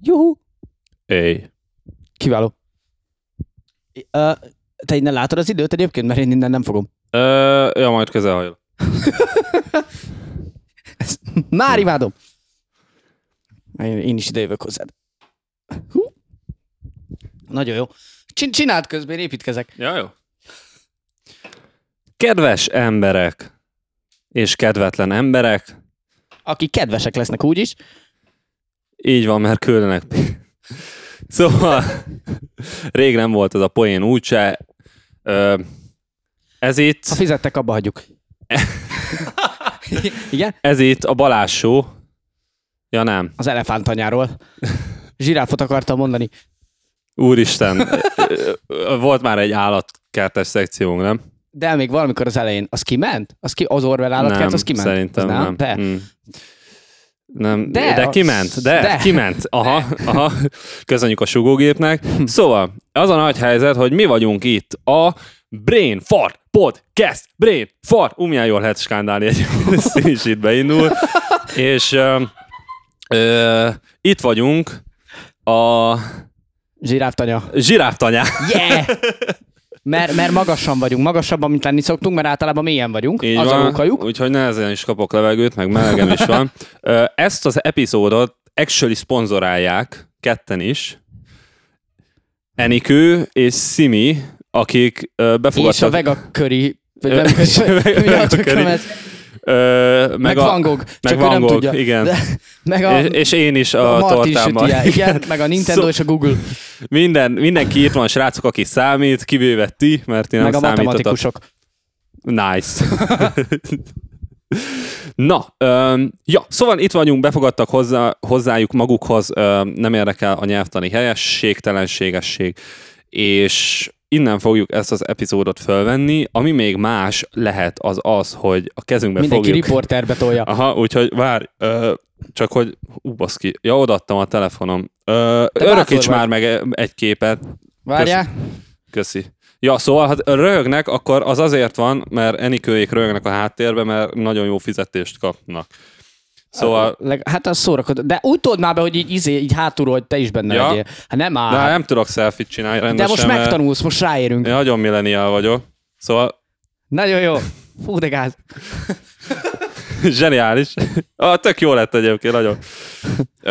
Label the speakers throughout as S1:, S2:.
S1: Juhu!
S2: Éj.
S1: Kiváló. Ö, Te innen látod az időt egyébként, mert én innen nem fogom.
S2: Ö, ja, majd közel hajol.
S1: Ezt már imádom. Én, én is ide jövök hozzád. Hú. Nagyon jó. Csin- csináld közben, én építkezek.
S2: Ja, jó. Kedves emberek és kedvetlen emberek,
S1: Akik kedvesek lesznek úgyis.
S2: Így van, mert küldenek. p- Szóval, rég nem volt ez a poén úgyse. Ö, Ez
S1: Ha
S2: itt,
S1: fizettek, abba hagyjuk. Igen?
S2: ez itt a Balázs show. Ja nem,
S1: Az elefántanyáról. Zsiráfot akartam mondani.
S2: úristen, Ö, ö, volt már egy állatkertes szekciónk, nem?
S1: De még valamikor az elején. Az kiment? Az ki, az Orwell állatkert,
S2: nem,
S1: az kiment?
S2: Szerintem
S1: az
S2: nem.
S1: nem. De.
S2: Mm. Nem,
S1: De
S2: de, de
S1: az-
S2: kiment,
S1: de.
S2: de, de kiment. Aha, aha, köszönjük a sugógépnek. Szóval, az a nagy helyzet, hogy mi vagyunk itt a Brain Fart Podcast. Brain Fart. Ú, milyen jól lehet skandálni egy szín is itt beindul. És ö, ö, itt vagyunk a
S1: Zsiráftanya.
S2: zsiráftanyá.
S1: Yeah! Mert, mert magasan vagyunk, magasabban, mint lenni szoktunk, mert általában mélyen vagyunk,
S2: Így
S1: az
S2: van,
S1: a rókajuk.
S2: Úgyhogy nehezen is kapok levegőt, meg melegem is van. Ö, Ezt az epizódot actually szponzorálják ketten is. Enikő és Simi, akik ö, befogadtak...
S1: És a Vega köri, vagy
S2: Ö,
S1: nem,
S2: és a Vega-
S1: mi a
S2: Vega köri.
S1: tökömet?
S2: Ö, meg,
S1: meg
S2: a,
S1: Van Gogh,
S2: meg
S1: csak ő
S2: Van
S1: nem
S2: Gogh,
S1: tudja.
S2: igen.
S1: De, meg a,
S2: és, és én is a,
S1: a Martin
S2: tortámmal.
S1: sütije, igen, meg a Nintendo
S2: Szó-
S1: és a Google,
S2: Minden, mindenki itt van, srácok, aki számít, kivéve ti, mert én
S1: meg a
S2: nem számítottatok.
S1: matematikusok.
S2: Nice. Na, öm, ja, szóval itt vagyunk, befogadtak hozzá, hozzájuk magukhoz, öm, nem érdekel a nyelvtani helyesség, telenségesség, és innen fogjuk ezt az epizódot fölvenni, ami még más lehet az az, hogy a kezünkbe
S1: Mindenki
S2: fogjuk...
S1: riporterbe tolja.
S2: Aha, úgyhogy várj, ö, csak hogy, hú, baszki, ja, odaadtam a telefonom. Ö,
S1: bátor
S2: örökíts
S1: vagy.
S2: már meg e- egy képet.
S1: Várjál,
S2: Köszi. Ja, szóval, ha röhögnek, akkor az azért van, mert Enikőjék röhögnek a háttérbe, mert nagyon jó fizetést kapnak. Szóval,
S1: leg- hát az szórakozó. De úgy told már be, hogy így, izé, így hátulról, hogy te is benne
S2: Ja.
S1: legyél. Hát nem áll.
S2: de hát nem tudok selfit csinálni
S1: De
S2: rendesen,
S1: most
S2: mert
S1: megtanulsz, most ráérünk.
S2: én nagyon millenial vagyok. Szóval,
S1: Nagyon jó. Fú, de gáz.
S2: zseniális. Ah, tök jó lett egyébként, nagyon. Ö,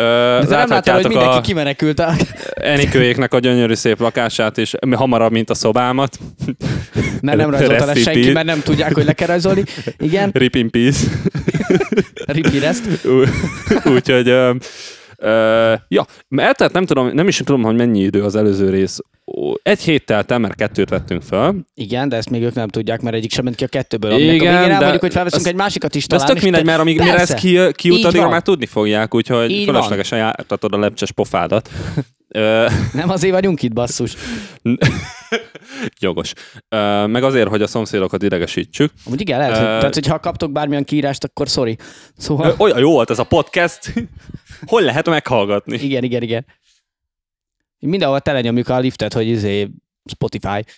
S1: De te nem láttál, hogy
S2: láthatjátok
S1: mindenki
S2: a
S1: kimenekült a...
S2: Enikőjéknek a gyönyörű szép lakását, és hamarabb, mint a szobámat.
S1: Mert nem rajzolta le
S2: Recipe.
S1: senki, mert nem tudják, hogy le kell rajzolni. Igen,
S2: Rip in peace.
S1: ripireszt.
S2: Ú- Úgyhogy, ö, ö, ja, mert tehát nem tudom, nem is tudom, hogy mennyi idő az előző rész. Ó, Egy héttel el, mert kettőt vettünk fel.
S1: Igen, de ezt még ők nem tudják, mert egyik sem ment ki a kettőből. Aminek
S2: Igen,
S1: a végén
S2: de
S1: elmondjuk, hogy felveszünk
S2: ez-
S1: egy másikat is
S2: De ez
S1: talán.
S2: tök
S1: és
S2: mindegy,
S1: te-
S2: mert amíg mire ez
S1: Persze.
S2: ki, kijut,
S1: Így
S2: addigra
S1: van.
S2: már tudni fogják, úgyhogy
S1: Így van.
S2: fölöslegesen jártatod a lepcses pofádat. Ö,
S1: Nem azért vagyunk itt, basszus.
S2: jogos. Ö, meg azért, hogy a szomszédokat idegesítsük.
S1: Amúgy igen, lehet, hogy,
S2: Ö-
S1: tehát, hogyha kaptok bármilyen kiírást, akkor sorry. Szóval,
S2: Ö, olyan jó volt ez a podcast. Hol lehet meghallgatni?
S1: igen, igen, igen. Mindenhol telenyomjuk a liftet, hogy izé Spotify.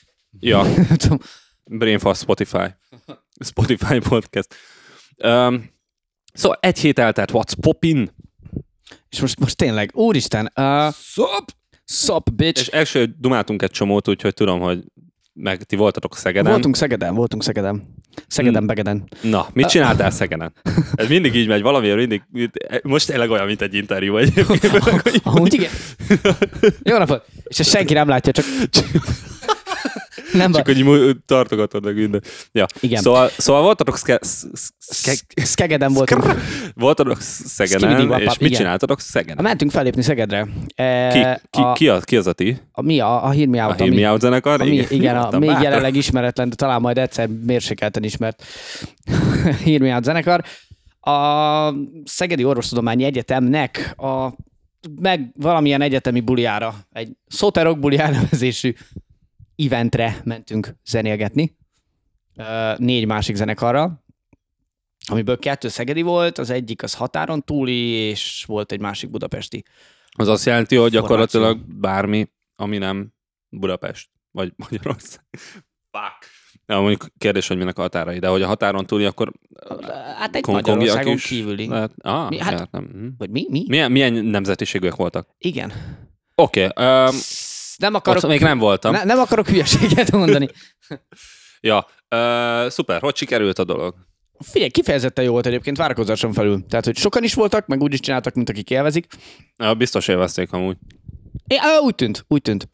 S2: Ja.
S1: Nem tudom.
S2: Brainfart Spotify. Spotify podcast. Um, szóval egy hét eltelt, what's poppin?
S1: És most, most tényleg, úristen, uh,
S2: Szop!
S1: szop, bitch.
S2: És első dumáltunk egy csomót, úgyhogy tudom, hogy meg ti voltatok Szegeden.
S1: Voltunk Szegeden, voltunk Szegeden. Szegeden,
S2: Hmm.
S1: Begeden.
S2: Na, mit csináltál Szegeden? Ez mindig így megy, valamiért mindig, most tényleg olyan, mint egy interjú egyébként.
S1: Amúgy igen. Jó napot! És ezt senki nem látja, csak... Nem baj.
S2: Csak hogy mu- tartogatod meg minden. Ja.
S1: Igen.
S2: Szóval, szóval voltatok szke, sz, sz, sz,
S1: Szkegeden voltunk.
S2: voltatok
S1: Skibidi-wapap,
S2: Szegeden, és mit
S1: igen.
S2: csináltatok Szegeden?
S1: Mentünk fellépni Szegedre. E,
S2: Ki, ki,
S1: a,
S2: ki, az, ki az a ti?
S1: a, mi a, a Hear Me Out,
S2: A Hear
S1: ami-
S2: Me Out zenekar?
S1: ami, igen, a
S2: Mondtam,
S1: még
S2: bátran.
S1: jelenleg ismeretlen, de talán majd egyszer mérsékelten ismert Hear Me Out zenekar. A Szegedi Orvostudományi Egyetemnek a meg valamilyen egyetemi buliára, egy szóterok buli elnevezésű eventre mentünk zenélgetni. Ö, Négy másik zenekarral, amiből kettő szegedi volt, az egyik az határon túli, és volt egy másik budapesti.
S2: Az azt jelenti, hogy
S1: Formáció.
S2: gyakorlatilag bármi, ami nem Budapest, vagy Magyarország. Fuck. Ja, mondjuk kérdés, hogy minek a határai, de hogy a határon túli, akkor
S1: Hát egy
S2: Hongkongiak
S1: Magyarországon
S2: is?
S1: kívüli.
S2: lehet... Ah,
S1: Mi-
S2: mi,
S1: hát-
S2: hát... nem. mhm.
S1: Vagy mi? Mi?
S2: Milyen, milyen nemzetiségűek voltak?
S1: Igen.
S2: Oké, okay, um,
S1: Nem
S2: ott
S1: akarok,
S2: még nem voltam.
S1: ne, nem akarok hülyeséget mondani.
S2: Ja, uh, szuper, hogy sikerült a dolog?
S1: Figyelj, kifejezetten jó volt egyébként várakozáson felül. Tehát, hogy sokan is voltak, meg úgy is csináltak, mint akik élvezik.
S2: Ja, biztos élvezték amúgy.
S1: É, ö, úgy tűnt, úgy tűnt.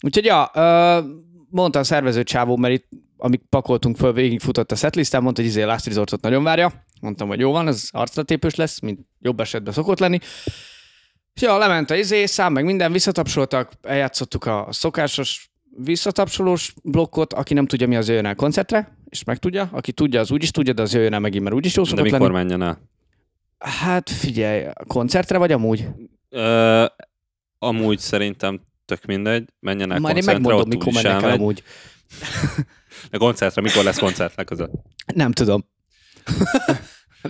S1: Úgyhogy ja, ö, mondta a szervező csávó, mert itt, amik pakoltunk föl, végigfutott a setlistán, mondta, hogy izé Last Resortot nagyon várja. Mondtam, hogy jó van, ez arclatépős lesz, mint jobb esetben szokott lenni. És ja, lement a izé, szám meg minden, visszatapsoltak, eljátszottuk a szokásos visszatapsolós blokkot, aki nem tudja, mi az jöjjön el koncertre, és megtudja. Aki tudja, az úgyis tudja, de az jöjjön el megint, mert úgyis jó
S2: De
S1: szokott
S2: mikor
S1: lenni.
S2: menjen el?
S1: Hát figyelj, koncertre vagy amúgy?
S2: Hát Ö, amúgy szerintem tök mindegy, menjen el
S1: Majd én
S2: koncertre,
S1: megmondom,
S2: ott
S1: mikor
S2: úgyis
S1: mennek el
S2: elmegy.
S1: amúgy.
S2: De koncertre, mikor lesz koncert legközelebb?
S1: Nem tudom.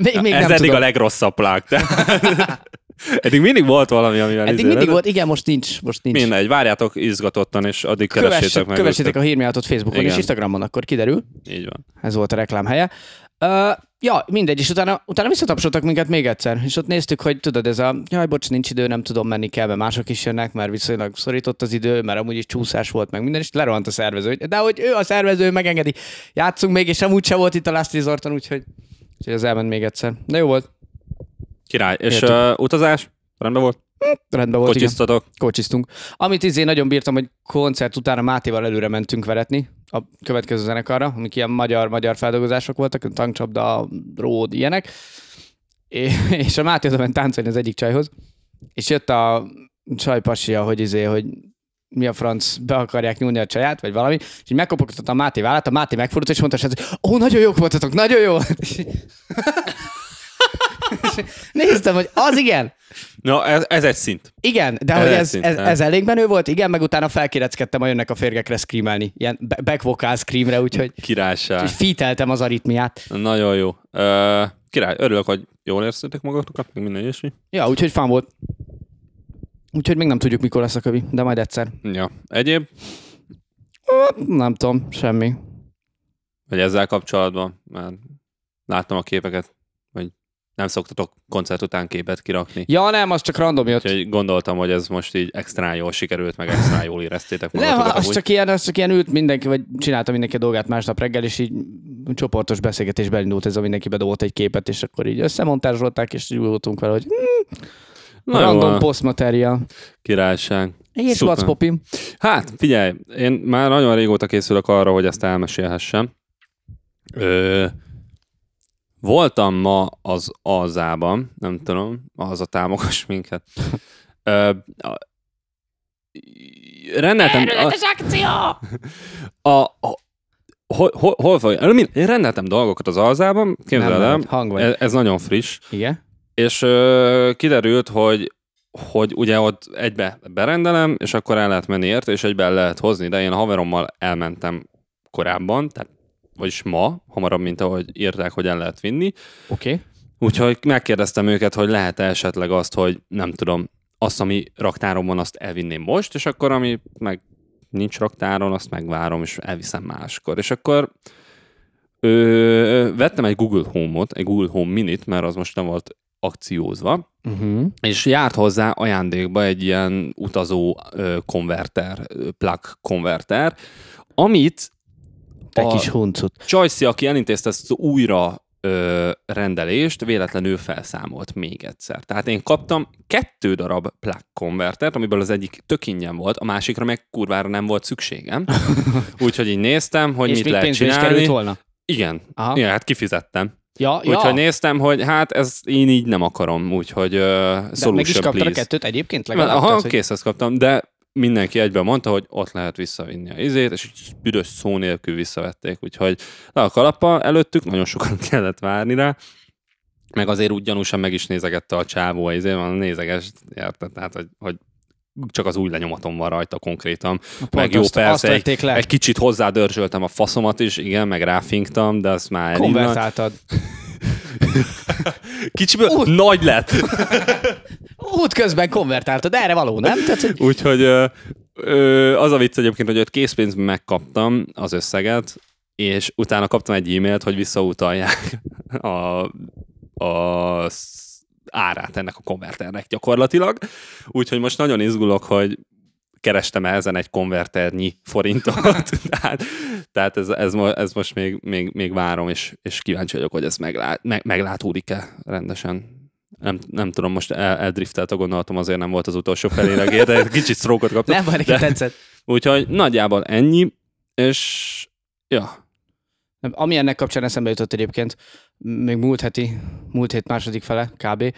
S1: még, még
S2: Ez
S1: nem
S2: eddig
S1: tudom.
S2: a legrosszabb plák. tehát- eddig mindig volt valami, amivel
S1: Eddig
S2: izé-
S1: mindig volt, igen, most nincs. Most nincs.
S2: Mindegy, várjátok izgatottan, és addig keressétek
S1: Kövessétek,
S2: meg.
S1: kövessétek a hírmiátot Facebookon
S2: Igen.
S1: és Instagramon, akkor kiderül.
S2: őket. Így van.
S1: Ez volt a reklám helye. Uh, ja, mindegy, és utána, utána visszatapsoltak minket még egyszer, és ott néztük, hogy tudod, ez a, jaj, bocs, nincs idő, nem tudom menni kell, mert mások is jönnek, mert viszonylag szorított az idő, mert amúgy is csúszás volt, meg minden, és lerohant a szervező, hogy- de hogy ő a szervező, ő megengedi, játszunk még, és amúgy se volt itt a Last Resorton, úgyhogy, úgyhogy az elment még egyszer. De jó volt,
S2: Király. És
S1: Értük.
S2: uh, utazás? Rendben volt?
S1: rendben volt. igen.
S2: Kocsisztatok?
S1: kocsisztunk. Amit izé nagyon bírtam, hogy koncert utána Mátéval előre mentünk veretni a következő zenekarra, amik ilyen magyar-magyar feldolgozások voltak, tankcsapda, ród, ilyenek. É- És a Máté oda ment táncolni az egyik csajhoz, és jött a csaj pasia, hogy izé, hogy mi a franc, be akarják nyúlni a csaját, vagy valami, és így megkopogtatta a Máté vállát, a Máté megfordult, és mondta, hogy ó, nagyon jók voltatok, nagyon jó. És- És Néztem, hogy az igen,
S2: Na, ez, ez egy szint.
S1: igen, de
S2: Ez
S1: hogy
S2: egy
S1: ez, ez,
S2: szinten.
S1: ez elég menő volt, igen, meg utána felkéreckedtem, hogy jönnek a férgekre screamelni, ilyen be- back vocal screamre, úgyhogy
S2: Királyság.
S1: és fíteltem az aritmiát.
S2: Nagyon jó. Uh, király, örülök, hogy jól érztétek magatokat, meg minden ilyesmi.
S1: Ja, úgyhogy fán volt. Úgyhogy még nem tudjuk, mikor lesz a kövi, de majd egyszer.
S2: Ja. Egyéb,
S1: Ö, Nem tudom, semmi.
S2: vagy ezzel kapcsolatban, mert láttam a képeket, hogy nem szoktatok koncert után képet kirakni.
S1: Ja, nem, az csak random jött.
S2: Úgyhogy gondoltam, hogy ez most így extra jól sikerült, meg extra jól éreztétek
S1: Nem,
S2: magatokat.
S1: az
S2: amúgy.
S1: csak, ilyen, az csak ilyen ült mindenki, vagy csinálta mindenki a dolgát másnap reggel, és így csoportos beszélgetésbe elindult ez a mindenki bedobott egy képet, és akkor így összemontázsolták, és így úgy voltunk vele, hogy
S2: Na jó,
S1: random
S2: a
S1: post material.
S2: Királyság.
S1: És
S2: Szuper.
S1: Lac Popi.
S2: Hát, figyelj, én már nagyon régóta készülök arra, hogy ezt elmesélhessem. Ö, voltam ma az Alzában, nem tudom, az a támogass minket. Ö, a, rendeltem... Erőletes akció! A, a, hol, hol, hol vagy? Én rendeltem dolgokat az Alzában, képzeld
S1: Nem,
S2: el, E-
S1: nem, hang vagy.
S2: ez, ez nagyon friss.
S1: Igen.
S2: És ö, kiderült, hogy hogy ugye ott egybe berendelem, és akkor el lehet menni érte, és egyben lehet hozni, de én a haverommal elmentem korábban, tehát, vagyis ma, hamarabb, mint ahogy írták, hogy el lehet vinni.
S1: Oké. Okay.
S2: Úgyhogy megkérdeztem őket, hogy lehet -e esetleg azt, hogy nem tudom, azt, ami raktáron van, azt elvinném most, és akkor ami meg nincs raktáron, azt megvárom, és elviszem máskor. És akkor ö, vettem egy Google Home-ot, egy Google Home Minit, mert az most nem volt akciózva,
S1: Uh-huh.
S2: és járt hozzá ajándékba egy ilyen utazó ö, konverter, ö, plug konverter, amit
S1: Te
S2: A-
S1: kis huncut.
S2: Csajci, aki elintézte ezt az újra ö, rendelést, véletlenül felszámolt még egyszer. Tehát én kaptam kettő darab plug konvertert, amiből az egyik tök ingyen volt, a másikra meg kurvára nem volt szükségem. Úgyhogy így néztem, hogy
S1: és
S2: mit
S1: még
S2: lehet
S1: pénzbe is
S2: csinálni.
S1: került volna?
S2: Igen.
S1: Aha.
S2: Igen, hát kifizettem.
S1: Ja, ja.
S2: Úgyhogy néztem, hogy hát ez én így nem akarom, úgyhogy ö,
S1: De meg is
S2: solution
S1: kaptad a
S2: please.
S1: kettőt egyébként legalább.
S2: Aha,
S1: tehát,
S2: tehát,
S1: hogy-
S2: kész, ezt kaptam, de mindenki egyben mondta, hogy ott lehet visszavinni a izét, és így büdös szó nélkül visszavették, úgyhogy le a kalappa előttük, nagyon sokan kellett várni rá, meg azért úgy gyanúsan meg is nézegette a csávó a izé, van nézeges, érted, tehát, hogy, hogy csak az új lenyomatom van rajta konkrétan.
S1: Pont
S2: Meg jó,
S1: azt- Azt
S2: persze,
S1: vették le.
S2: Egy
S1: Egy
S2: kicsit hozzádörzsöltem a faszomat is, igen, meg ráfinktam, de azt már elindult.
S1: Konvertáltad.
S2: Kicsiből nagy lett.
S1: Útközben konvertáltad, erre való, nem? Tehát, hogy...
S2: Úgyhogy ö, ö, az a vicc egyébként, hogy ott készpénzben megkaptam az összeget, és utána kaptam egy e-mailt, hogy visszautalják a, a sz- árát ennek a konverternek gyakorlatilag. Úgyhogy most nagyon izgulok, hogy kerestem ezen egy konverternyi forintot. tehát tehát ez, ez, mo- ez most még, még, még várom, és, és kíváncsi vagyok, hogy ez meglát, me, meglátódik-e rendesen. Nem, nem tudom, most el, eldriftelt a gondolatom, azért nem volt az utolsó felére gé, de kicsit sztrókot kaptam.
S1: Nem, baj, nekem tetszett.
S2: Úgyhogy nagyjából ennyi, és ja,
S1: Nem, Ami ennek kapcsán eszembe jutott egyébként, még múlt heti, múlt hét második fele kb.,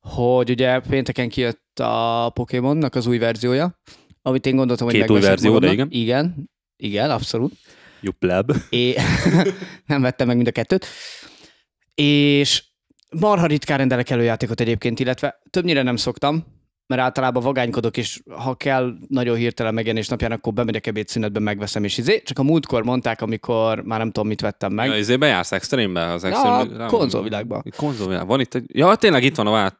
S1: hogy ugye pénteken kijött a Pokémonnak az új verziója, amit én gondoltam, hogy
S2: Két új
S1: megveszek
S2: verzió, de
S1: magamnak. Igen, igen, abszolút.
S2: jupp leb.
S1: É... nem vettem meg mind a kettőt. És marha ritkán rendelek előjátékot egyébként, illetve többnyire nem szoktam, mert általában vagánykodok, és ha kell nagyon hirtelen megjelenés napján, akkor bemegyek ebédszünetben, megveszem, és izé. Csak a múltkor mondták, amikor már nem tudom, mit vettem meg.
S2: Ja, ezért bejársz extrémbe az extrém.
S1: Ja, a konzolvilágban.
S2: Konzolvilág. Van itt egy... Ja, tényleg itt van a vált.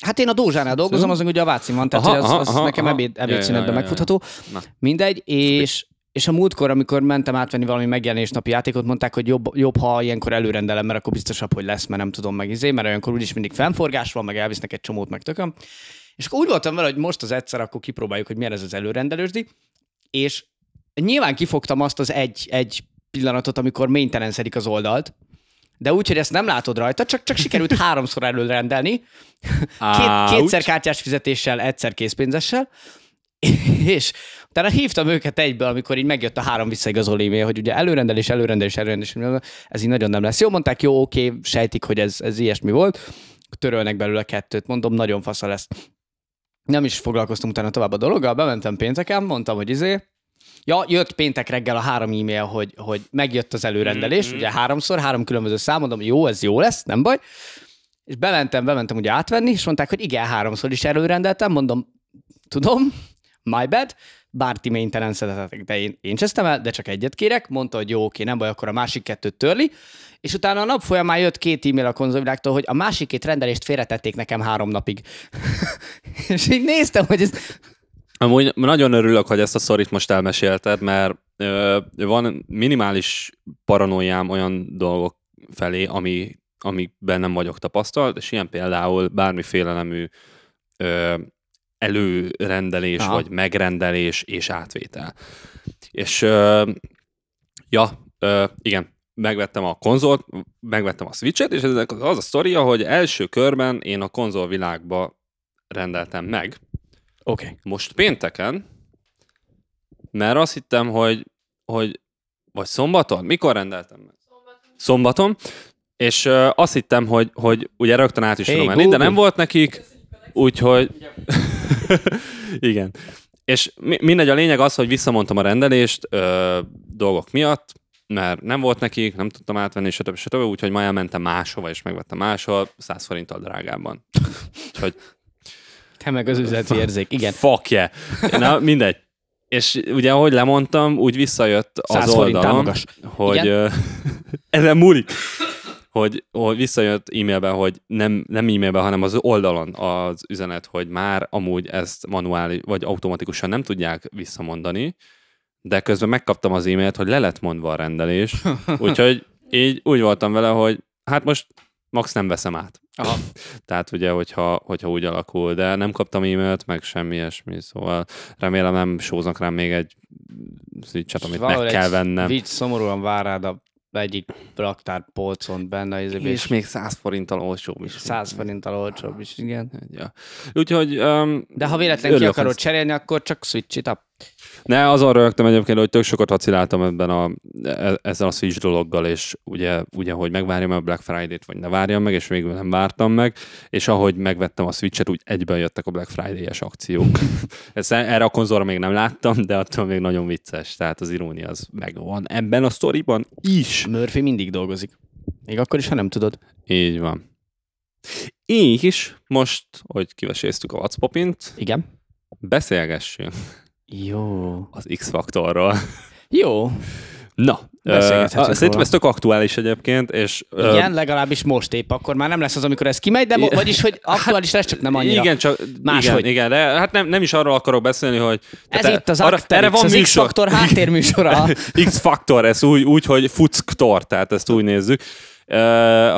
S1: Hát én a Dózsánál dolgozom, azon ugye a Vácin van, tehát
S2: Aha,
S1: hogy az,
S2: aha,
S1: az
S2: aha,
S1: nekem
S2: aha.
S1: ebéd,
S2: Ja, ja,
S1: ebédszünetben
S2: ja, ja, ja.
S1: megfutható.
S2: Na.
S1: Mindegy, és, és a múltkor, amikor mentem átvenni valami megjelenésnapi játékot, mondták, hogy jobb, jobb, ha ilyenkor előrendelem, mert akkor biztosabb, hogy lesz, mert nem tudom meg izé, mert olyankor úgyis mindig fennforgás van, meg elvisznek egy csomót, meg tököm. És akkor úgy voltam vele, hogy most az egyszer, akkor kipróbáljuk, hogy milyen ez az előrendelősdi, és nyilván kifogtam azt az egy, egy pillanatot, amikor maintenance az oldalt, de úgy, hogy ezt nem látod rajta, csak, csak sikerült háromszor előrendelni,
S2: Á,
S1: Két, kétszer
S2: úgy-
S1: kártyás fizetéssel, egyszer készpénzessel, és utána hívtam őket egybe, amikor így megjött a három visszaigazoló e-mail, hogy ugye előrendelés, előrendelés, előrendelés, előrendelés, ez így nagyon nem lesz. Jó, mondták, jó, oké, sejtik, hogy ez, ez ilyesmi volt, törölnek belőle kettőt, mondom, nagyon fasza lesz. Nem is foglalkoztam utána tovább a dologgal, bementem pénteken, mondtam, hogy izé, Ja, jött péntek reggel a három e-mail, hogy, hogy megjött az előrendelés, mm-hmm. ugye háromszor, három különböző szám, mondom, jó, ez jó lesz, nem baj. És bementem, bementem ugye átvenni, és mondták, hogy igen, háromszor is előrendeltem, mondom, tudom, my bad, bár ti maintenance de én, én csesztem el, de csak egyet kérek, mondta, hogy jó, oké, nem baj, akkor a másik kettőt törli, és utána a nap folyamán jött két e-mail a konzolvilágtól, hogy a másik két rendelést félretették nekem három napig. és így néztem, hogy ez...
S2: Amúgy nagyon örülök, hogy ezt a szorít most elmesélted, mert ö, van minimális paranoiám olyan dolgok felé, ami, amiben nem vagyok tapasztalt, és ilyen például bármiféle nemű ö, előrendelés,
S1: Aha.
S2: vagy megrendelés és átvétel. És ö, ja, ö, igen, megvettem a konzolt, megvettem a Switch-et, és ezek az a sztoria, hogy első körben én a konzol világba rendeltem meg,
S1: Oké. Okay.
S2: most pénteken, mert azt hittem, hogy, hogy vagy szombaton, mikor rendeltem meg? Szombaton. És ö, azt hittem, hogy, hogy ugye rögtön át is
S1: Hey,
S2: hey, tudom menni, de
S1: Google.
S2: nem volt nekik, úgyhogy... Igen. És mi- mindegy, a lényeg az, hogy visszamondtam a rendelést ö, dolgok miatt, mert nem volt nekik, nem tudtam átvenni, stb. stb. Úgyhogy ma elmentem máshova, és megvettem máshol, 100 forinttal drágában. Úgyhogy
S1: Te meg az üzleti érzék, igen.
S2: Fuck yeah. Na, mindegy. És ugye, ahogy lemondtam, úgy visszajött
S1: 100
S2: az
S1: forint
S2: oldalon,
S1: támogass.
S2: hogy
S1: Igen.
S2: ö, ezen múlik, hogy, hogy visszajött e-mailben, hogy nem, nem e-mailben, hanem az oldalon az üzenet, hogy már amúgy ezt manuális, vagy automatikusan nem tudják visszamondani, de közben megkaptam az e-mailt, hogy le lett mondva a rendelés, úgyhogy így úgy voltam vele, hogy hát most max nem veszem át.
S1: Aha.
S2: Tehát ugye, hogyha, hogyha úgy alakul, de nem kaptam e-mailt, meg semmi ilyesmi, szóval remélem nem sóznak rám még egy szicset, amit meg
S1: Valahol
S2: kell
S1: egy
S2: vennem.
S1: Vicc szomorúan vár rád a egyik raktár polcon benne, az izé,
S2: És
S1: és
S2: még 100 forinttal olcsóbb is.
S1: 100 forinttal olcsóbb is, igen.
S2: Ja. Úgyhogy... Um,
S1: De ha véletlenül ki
S2: örülök,
S1: akarod
S2: hogy-
S1: cserélni, akkor csak switch it up.
S2: Ne, azon rögtem egyébként, hogy tök sokat vaciláltam ebben a, e- ezzel a Switch dologgal, és ugye, ugye hogy megvárjam a Black Friday-t, vagy ne várjam meg, és végül nem vártam meg, és ahogy megvettem a Switch-et, úgy egyben jöttek a Black Friday-es akciók. Ezt, e, erre a konzolra még nem láttam, de attól még nagyon vicces, tehát az irónia az megvan ebben a sztoriban is.
S1: Murphy mindig dolgozik. Még akkor is, ha nem tudod.
S2: Így van. Így is, most, hogy kiveséztük a Vacpopint,
S1: Igen.
S2: beszélgessünk
S1: Jó.
S2: az X-faktorról.
S1: Jó.
S2: Na,
S1: Beszélgethetünk
S2: Ö, Szerintem
S1: róla.
S2: ez tök aktuális egyébként, és ö,
S1: Igen, legalábbis most épp, akkor már nem lesz az, amikor ez kimegy, de mo- vagyis, hogy aktuális lesz, csak nem annyira.
S2: Igen, csak
S1: Máshogy.
S2: Igen, igen, de hát nem, nem is arról akarok beszélni, hogy...
S1: Ez
S2: tehát
S1: itt az arra, erre van az
S2: műsor.
S1: X-faktor háttérműsora.
S2: X-faktor, ez úgy, úgy, hogy fucktor, tehát ezt úgy nézzük. Uh,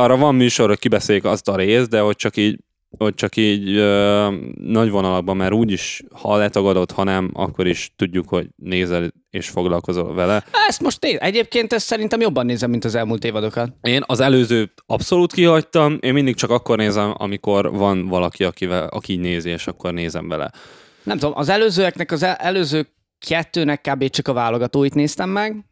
S2: arra van műsor, hogy kibeszéljük azt a részt, de hogy csak így, hogy csak így uh, nagy vonalakban, mert úgyis, ha letagadod, ha nem, akkor is tudjuk, hogy nézel és foglalkozol vele.
S1: Ezt most néz. Egyébként ezt szerintem jobban nézem, mint az elmúlt évadokat.
S2: Én az előző abszolút kihagytam, én mindig csak akkor nézem, amikor van valaki, akivel, aki így nézi, és akkor nézem vele.
S1: Nem tudom, az előzőeknek, az el- előző kettőnek kb. csak a válogatóit néztem meg,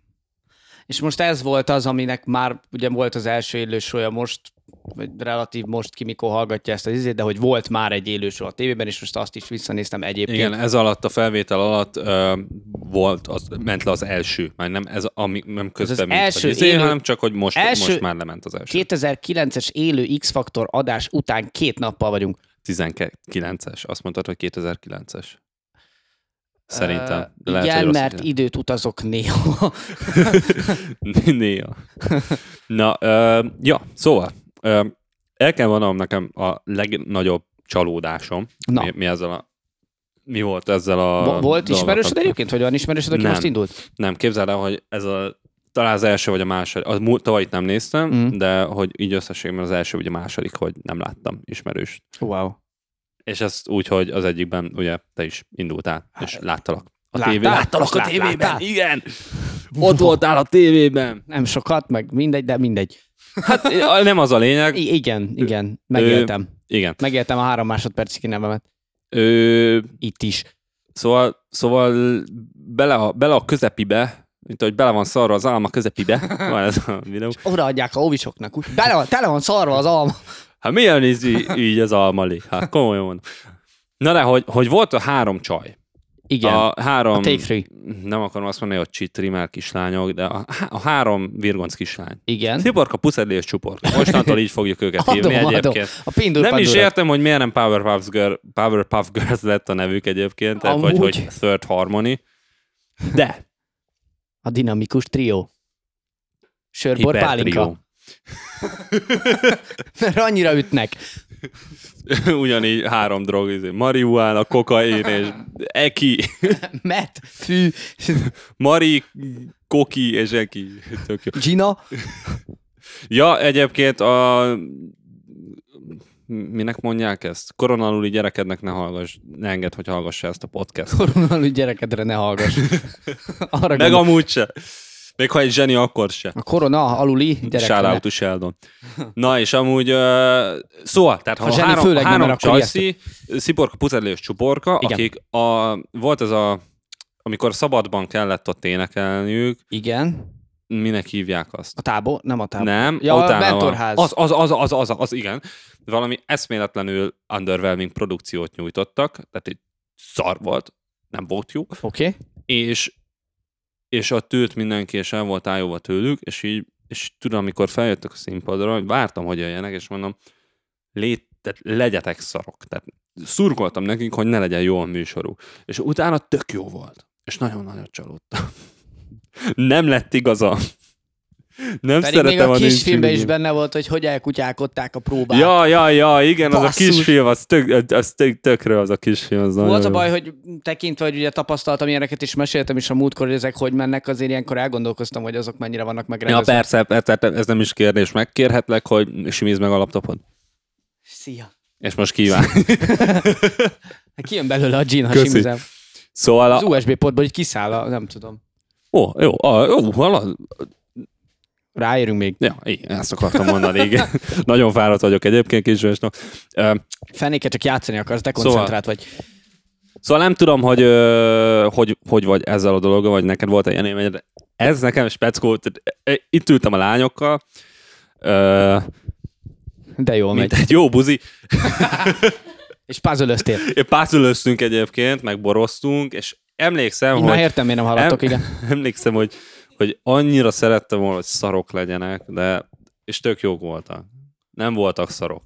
S1: és most ez volt az, aminek már ugye volt az első élősója most, vagy relatív most ki mikor hallgatja ezt az izét, de hogy volt már egy élősor a tévében, és most azt is visszanéztem egyébként.
S2: Igen, ez alatt, a felvétel alatt ö, volt, az, ment le az első, már nem ez, ami nem közben mint,
S1: első
S2: vagy izé,
S1: élő-
S2: hanem csak, hogy most,
S1: első-
S2: most már lement az első.
S1: 2009-es élő X-faktor adás után két nappal vagyunk.
S2: 19-es, azt mondtad, hogy 2009-es. Szerintem.
S1: Ö, igen,
S2: hogy rossz
S1: mert
S2: idő.
S1: időt utazok néha.
S2: Néha. Na, ö, ja, szóval, ö, el kell mondanom nekem a legnagyobb csalódásom.
S1: Na.
S2: Mi, mi, ezzel a, mi volt ezzel a...
S1: Vo- Volt
S2: dolgokkal
S1: ismerősöd egyébként, vagy van ismerősöd, aki
S2: Nem.
S1: most indult?
S2: Nem, képzeld el, hogy ez a talán az első vagy a második, az múlt, tavaly itt nem néztem,
S1: Mhm.
S2: mm. de hogy így összességében az első vagy a második, hogy nem láttam ismerős.
S1: Wow.
S2: És ezt úgy, hogy az egyikben ugye te is indultál, és láttalak. A
S1: Láttál?
S2: tévében. Hát, Láttalak a
S1: Lá-
S2: tévében,
S1: láttál?
S2: igen! Ott voltál a tévében!
S1: Nem sokat, meg mindegy, de mindegy.
S2: Hát ö, nem az a lényeg.
S1: I- igen, igen, megéltem.
S2: Igen.
S1: Megéltem a három másodpercig nevemet.
S2: Ö,
S1: Itt is.
S2: Szóval, szóval bele, a, bele a közepibe, mint ahogy bele van szarra az álma közepibe, van ez a videó.
S1: Oda adják a óvisoknak. úgy. Bele van, tele van szarva az alma.
S2: Hát milyen néz í- így az almalé? Hát komolyan mondom. Na de, hogy, hogy volt a három csaj.
S1: Igen. A...
S2: A három...
S1: A Take Three.
S2: Nem akarom azt mondani, hogy csitrimmel kislányok, de a, há- a három virgonc kislány.
S1: Igen.
S2: Sziporka, puszedli és csuporka. Mostantól így fogjuk őket hívni
S1: Adom, adom.
S2: egyébként.
S1: A pindur
S2: Nem is értem, hogy miért nem Powerpuff, Girl, Powerpuff Girls lett a nevük egyébként, tehát vagy
S1: Amúgy.
S2: hogy Third Harmony. De,
S1: A dinamikus trió. Sörbor pálinka.
S2: hipertrió.
S1: Mert annyira ütnek.
S2: Ugyanígy három drog, izé, marihuána, kokain és eki.
S1: Met, fű,
S2: Mari, Koki és Eki. Tök jó.
S1: Gina.
S2: Ja, egyébként a... Minek mondják ezt? Koronaluli gyerekednek ne hallgass, ne engedd, hogy hallgassa ezt a podcastot.
S1: Koronalú gyerekedre ne hallgass. Arra
S2: Meg
S1: gondol-
S2: amúgy se. Még ha egy zseni, akkor se.
S1: a korona aluli gyerekre.
S2: Shout
S1: ne.
S2: out to Sheldon. Na és amúgy, uh, szóval, tehát ha,
S1: A
S2: a
S1: zseni
S2: három,
S1: főleg nem,
S2: három
S1: mert akkor
S2: csajszi, Sziporka, Puzelő és Csuporka,
S1: Igen.
S2: akik a, volt ez a, amikor szabadban kellett ott énekelniük,
S1: Igen.
S2: minek hívják azt?
S1: A tábor, nem a tábor.
S2: Nem,
S1: Ja, a
S2: utána van.
S1: mentorház.
S2: Az, az, az, az, az, az, igen. Valami eszméletlenül underwhelming produkciót nyújtottak, tehát egy szar volt, nem volt jó,
S1: Oké. Okay.
S2: és, és ott ült mindenki, és el volt ájóva tőlük, és így, és tudom, amikor feljöttek a színpadra, hogy vártam, hogy jöjjenek, és mondom, lét, tehát legyetek szarok. Tehát szurkoltam nekik, hogy ne legyen jó a műsoruk. És utána tök jó volt. És nagyon-nagyon csalódtam. Nem lett igaza. Nem
S1: Pedig még
S2: szeretem
S1: a
S2: nincs
S1: kisfilmben is
S2: igazam.
S1: benne volt, hogy hogy elkutyákodták a próbát.
S2: Ja, ja, ja, igen, az a
S1: Basszus.
S2: kisfilm, az, tök, az tök, tökre az a kisfilm. Az
S1: Hú,
S2: nagyon
S1: az a
S2: jó.
S1: baj, hogy tekintve, hogy ugye tapasztaltam ilyeneket, és meséltem is a múltkor, hogy ezek hogy mennek, azért ilyenkor elgondolkoztam, hogy azok mennyire vannak
S2: Ja,
S1: megrendezve.
S2: persze, persze, te- ez nem is kérdés. Megkérhetlek, hogy simízd meg a laptopod.
S1: Szia. Hát
S2: És most kíván.
S1: Kijön belőle a gin, ha
S2: Köszi.
S1: simizem.
S2: Szóval
S1: Az
S2: a...
S1: USB portból, hogy kiszáll a, nem tudom.
S2: Ó, jó, a, jó, hala,
S1: Ráérünk még.
S2: ja, igen, ezt akartam mondani, igen. Nagyon fáradt vagyok egyébként kis nap. Ö,
S1: Fenéket csak játszani akarsz, dekoncentrált szóval. vagy.
S2: Szóval nem tudom, hogy, ö, hogy, hogy vagy ezzel a dologgal, vagy neked volt ilyen élményed. de Ez nekem speckó, tehát, ö, itt ültem a lányokkal, ö,
S1: De jól megy.
S2: mint egy jó buzi,
S1: És puzzle-öztél.
S2: pászülöztünk egyébként, meg boroztunk, és emlékszem,
S1: Így
S2: hogy...
S1: már értem, miért nem hallottok,
S2: Em-
S1: igen.
S2: Emlékszem, hogy, hogy annyira szerettem volna, hogy szarok legyenek, de és tök jók voltak. Nem voltak szarok.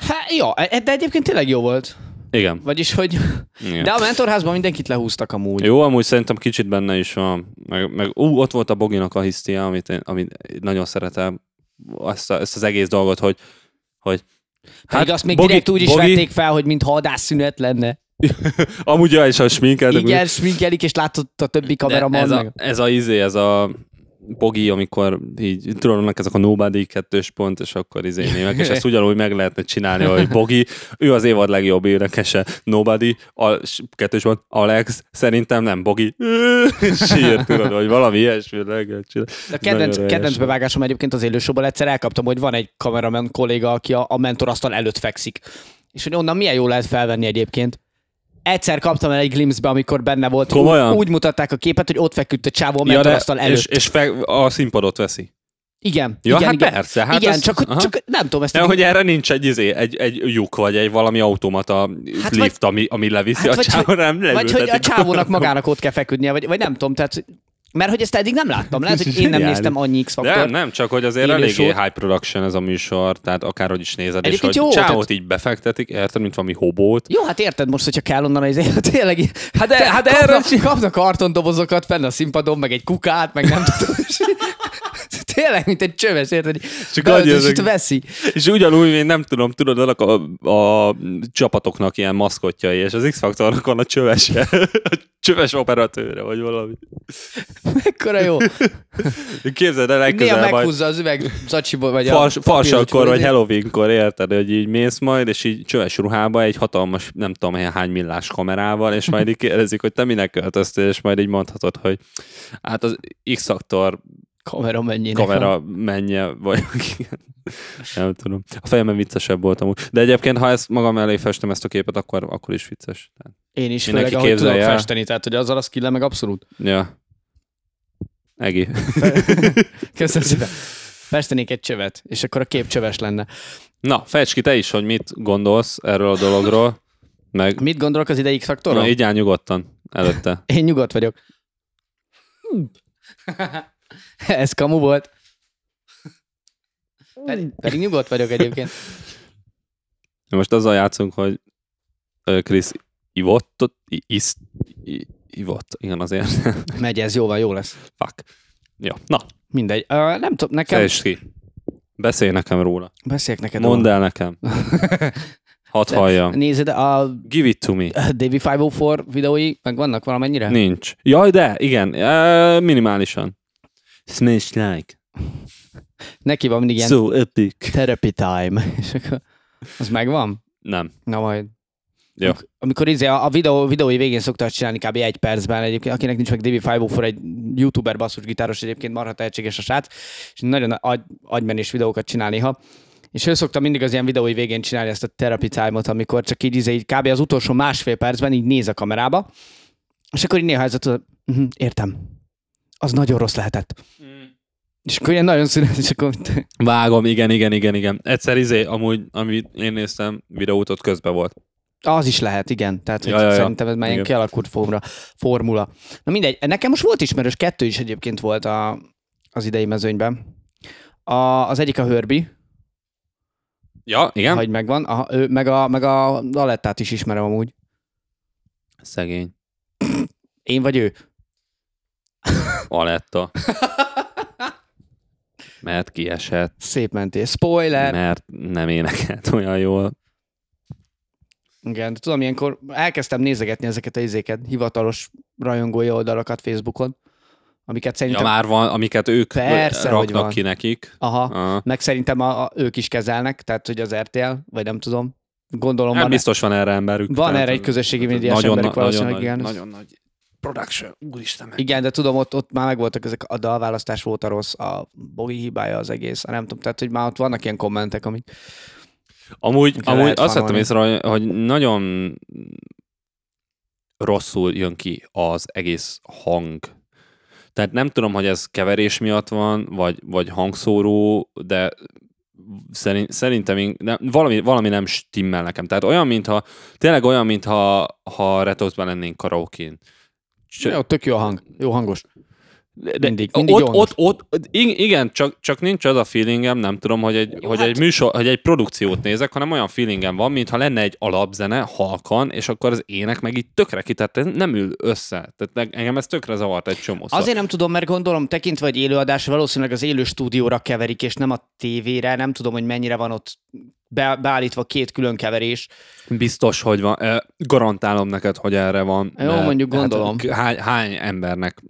S1: e- Hát, jó, de egyébként tényleg jó volt.
S2: Igen.
S1: Vagyis, hogy...
S2: Igen.
S1: De a mentorházban mindenkit lehúztak amúgy.
S2: Jó, amúgy szerintem kicsit benne is van. Meg, meg ú, ott volt a Boginak a hisztia, amit én, amit nagyon szeretem, ezt, a, ezt az egész dolgot, hogy, hogy
S1: Hát, Pedig azt még
S2: Bogi-
S1: Bogi, direkt úgy is
S2: Bogi- Hát,
S1: vették fel, hogy mintha adásszünet lenne.
S2: Amúgy ja, és a sminkel.
S1: Így elsminkelik, és látott a többi kameraman.
S2: ez, a,
S1: meg.
S2: ez a izé, ez a Bogi, amikor így tudod, vannak ezek a nobody kettős pont, és akkor izé némek, és ezt ugyanúgy meg lehetne csinálni, hogy Bogi, ő az évad legjobb énekese, nobody, a, s- kettős pont, Alex, szerintem nem, Bogi, sír, tudod, vagy valami ilyesmi meg lehet csinálni.
S1: A kedvenc,
S2: Nagyon
S1: kedvenc bevágásom egyébként az élősóban egyszer elkaptam, hogy van egy kameramen kolléga, aki a, a mentorasztal előtt fekszik. És hogy onnan milyen jó lehet felvenni egyébként. Egyszer kaptam el egy glimpsbe, amikor benne volt.
S2: Komolyan?
S1: Úgy, úgy mutatták a képet, hogy ott feküdt a csávó a
S2: Ja, de-
S1: mentorasztal előtt.
S2: és, és fe, a színpadot veszi.
S1: Igen.
S2: Ja,
S1: igen,
S2: hát
S1: igen.
S2: persze, hát
S1: igen,
S2: ez-
S1: csak,
S2: aha.
S1: hogy csak nem tudom ezt.
S2: Nem, hogy erre nincs egy, izé, egy, egy lyuk, vagy egy valami automata hát
S1: Hát
S2: lift, ami, ami leviszi
S1: hát
S2: a
S1: vagy hogy-
S2: csávon, nem
S1: vagy hogy a
S2: leültetik.
S1: csávónak magának ott kell feküdnie, vagy, vagy nem tudom, tehát mert hogy ezt eddig nem láttam, lehet, hogy én nem
S2: Zseniális.
S1: néztem annyi x
S2: Nem,
S1: faktort.
S2: nem, csak hogy azért
S1: Élő
S2: eléggé
S1: sót.
S2: high production ez a műsor, tehát akárhogy is nézed,
S1: Egyébként
S2: és hogy
S1: jó,
S2: csávót
S1: tehát-
S2: így befektetik, érted, mint valami hobót.
S1: Jó, hát érted most, hogyha kell onnan az tényleg. Hát,
S2: de- hát erről
S1: kapnak, kapnak kartondobozokat fenn a színpadon, meg egy kukát, meg nem tudom. és- tényleg, mint egy csöves, érted?
S2: Csak
S1: Csak
S2: annyi
S1: és
S2: ezek-
S1: itt veszi.
S2: És ugyanúgy, én nem tudom, tudod, vannak a, a csapatoknak ilyen maszkotjai, és az X-Faktornak van a csöves, a csöves operatőre, vagy valami.
S1: Mekkora jó.
S2: Képzeld el,
S1: Néha
S2: legközelebb majd
S1: meghúzza az üveg zacsiból, vagy
S2: fals,
S1: a
S2: farsakkor, vagy
S1: papírocskor,
S2: Halloweenkor, érted, hogy így mész majd, és így csöves ruhába egy hatalmas, nem tudom hány millás kamerával, és majd így kérdezik, hogy te minek költöztél, és majd így mondhatod, hogy hát az X-Faktor
S1: Kamera mennyire.
S2: kamera menje, vagy igen. nem tudom. A fejemben viccesebb volt amúgy. De egyébként, ha ezt magam elé festem ezt a képet, akkor, akkor is vicces. Tehát,
S1: Én is,
S2: Mindenki
S1: főleg ahogy tudok
S2: képzelje el.
S1: festeni, tehát hogy azzal a skill meg abszolút.
S2: ja. Egi.
S1: Köszönöm szépen. Festenék egy csövet, és akkor a kép csöves lenne.
S2: Na, fejtsd ki te is, hogy mit gondolsz erről a dologról, meg
S1: Mit gondolok az ideig szaktorról?
S2: Na, így áll nyugodtan előtte.
S1: Én nyugodt vagyok. Ez kamu volt. Hmm. Pedig, pedig nyugodt vagyok egyébként.
S2: Most azzal játszunk, hogy ö, Krisz ivott, i- isz, i- ivott, igen azért.
S1: Megy ez, jó van, jó lesz.
S2: Fuck. Ja, na,
S1: Mindegy. Uh, nem tudom, nekem...
S2: fejtsd ki. Beszélj nekem róla.
S1: Beszéljek neked.
S2: Mondd el nekem. Hadd halljam.
S1: róla. Nézed, a
S2: Give it to me.
S1: Davy 504 videói meg vannak valamennyire?
S2: Nincs. Jaj, de, igen, ö, minimálisan. Smash like.
S1: Neki van mindig ilyen
S2: So epic.
S1: therapy time. És akkor az megvan?
S2: Nem.
S1: Na majd.
S2: Jó.
S1: Amik- Amikor izé a, a videó, videói végén szoktál csinálni kb. egy percben egyébként, akinek nincs meg db 504 egy youtuber basszusgitáros egyébként marha tehetséges a srác, és nagyon agy, agymenés videókat csinál néha. És ő szokta mindig az ilyen videói végén csinálni ezt a therapy time-ot, amikor csak így, izé, így kb. az utolsó másfél percben így néz a kamerába, és akkor így néha ez a tudat, "Mhm, értem, az nagyon rossz lehetett. És akkor ilyen nagyon színes, és akkor
S2: Vágom, igen, igen, igen, igen. Egyszer izé, amúgy, amit én néztem, videót ott közben volt.
S1: Az is lehet, igen. Tehát hogy
S2: Ja, ja, ja.
S1: szerintem ez már ilyen
S2: Igen.
S1: kialakult formula, formula. Na mindegy, nekem most volt ismerős, kettő is egyébként volt a, az idei mezőnyben. A, az egyik a Hörbi,
S2: Ja, igen.
S1: hogy megvan, a, ő, meg, a, meg a Alettát is ismerem amúgy.
S2: Szegény.
S1: Én vagy ő?
S2: Aletta. Mert kiesett,
S1: Szép mentés. Spoiler! Ne.
S2: mert nem énekelt olyan jól.
S1: Igen, de tudom, ilyenkor elkezdtem nézegetni ezeket a izéket, hivatalos rajongói oldalakat Facebookon, amiket
S2: Ja,
S1: szerintem...
S2: már van, amiket ők
S1: Persze, hogy
S2: raknak
S1: van. Ah.
S2: ki nekik.
S1: Aha.
S2: Aha.
S1: Meg szerintem a, a, ők is kezelnek, tehát hogy az RTL, vagy nem tudom. Gondolom,
S2: Hát
S1: van,
S2: biztos van erre emberük.
S1: Van
S2: tehát
S1: erre egy közösségi médiás
S2: nagyon
S1: emberük
S2: na-
S1: valószínűleg,
S2: nagyon,
S1: igen.
S2: Nagy, nagyon nagy production, úristen meg.
S1: Igen, de tudom, ott, ott már megvoltak ezek, a dalválasztás volt a rossz, a bogi hibája az egész, nem tudom, tehát hogy már ott vannak ilyen kommentek, amik
S2: Amúgy,
S1: Kell
S2: amúgy
S1: lehet
S2: azt vettem
S1: számolni.
S2: észre, hogy- hogy nagyon rosszul jön ki az egész hang. Tehát nem tudom, hogy ez keverés miatt van, vagy, vagy hangszóró, de szerint, szerintem ing- nem, valami, valami nem stimmel nekem. Tehát olyan, mintha, tényleg olyan, mintha ha retózban lennénk karaoke
S1: Cs- jó, tök jó a hang, jó hangos.
S2: De
S1: Mindig- mindig
S2: ott,
S1: olvas.
S2: ott, ott, ott, ig- igen, csak, csak nincs az a feelingem, nem tudom, hogy egy, hogy egy műsor, hogy egy produkciót nézek, hanem olyan feelingem van, mintha lenne egy alapzene halkan, és akkor az ének meg így tökre ki, tehát ez nem ül össze. Tehát ne- engem ez tökre zavart egy csomó.
S1: Azért nem tudom, mert gondolom, tekintve, hogy élőadás, valószínűleg az élő stúdióra keverik, és nem a tévére, nem tudom, hogy mennyire van ott be, beállítva két külön keverés.
S2: Biztos, hogy van. Ö, Garantálom neked, hogy erre van.
S1: Jó, mondjuk gondolom.
S2: Hát, hány, hány embernek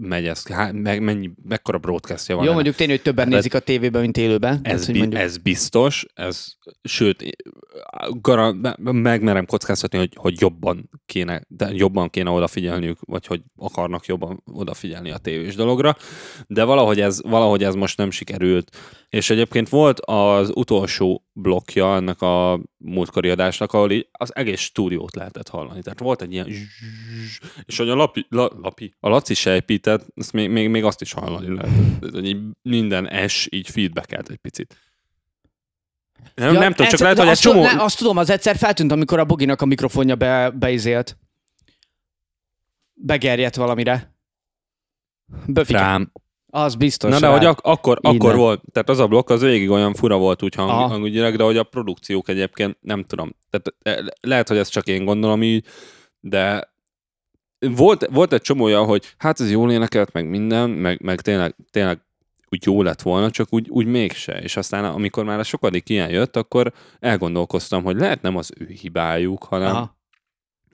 S2: megy ez? Hány, meg, mennyi, mekkora broadcastja van?
S1: Jó,
S2: ennek?
S1: mondjuk tényleg, hogy többen nézik a tévében, mint élőben. Tehát,
S2: Ez,
S1: hogy
S2: bi-
S1: mondjuk-
S2: ez biztos, ez, sőt, garan- megmerem kockáztatni, hogy, hogy jobban kéne, de jobban kéne odafigyelniük, vagy hogy akarnak jobban odafigyelni a tévés dologra, de valahogy ez, valahogy ez most nem sikerült. És egyébként volt az utolsó blokja ennek a múltkori adásnak, ahol így az egész stúdiót lehetett hallani. Tehát volt egy ilyen zzzz, és hogy a lapi, la, lapi, a Laci sejpített, ezt még, még, még azt is hallani lehetett. Tehát, Hogy így minden S így feedbackelt egy picit. Nem, ja, nem tudom,
S1: egyszer-
S2: csak lehet,
S1: de
S2: hogy egy
S1: azt tudom-
S2: csomó...
S1: Ne, azt tudom, az egyszer feltűnt, amikor a Boginak a mikrofonja be, beizélt. Begerjedt valamire. Böfike.
S2: Rám.
S1: Az biztos.
S2: Na de
S1: rá.
S2: hogy ak- akkor,
S1: Innen.
S2: akkor volt, tehát az a blokk az végig olyan fura volt úgy hang,
S1: Aha.
S2: hangügyileg, de hogy a produkciók egyébként nem tudom. Tehát eh, lehet, hogy ezt csak én gondolom így, de volt, volt egy csomó olyan, hogy hát ez jól énekelt, meg minden, meg, meg tényleg, tényleg úgy jó lett volna, csak úgy, úgy mégse. És aztán amikor már a sokadik ilyen jött, akkor elgondolkoztam, hogy lehet nem az ő hibájuk, hanem,
S1: Aha,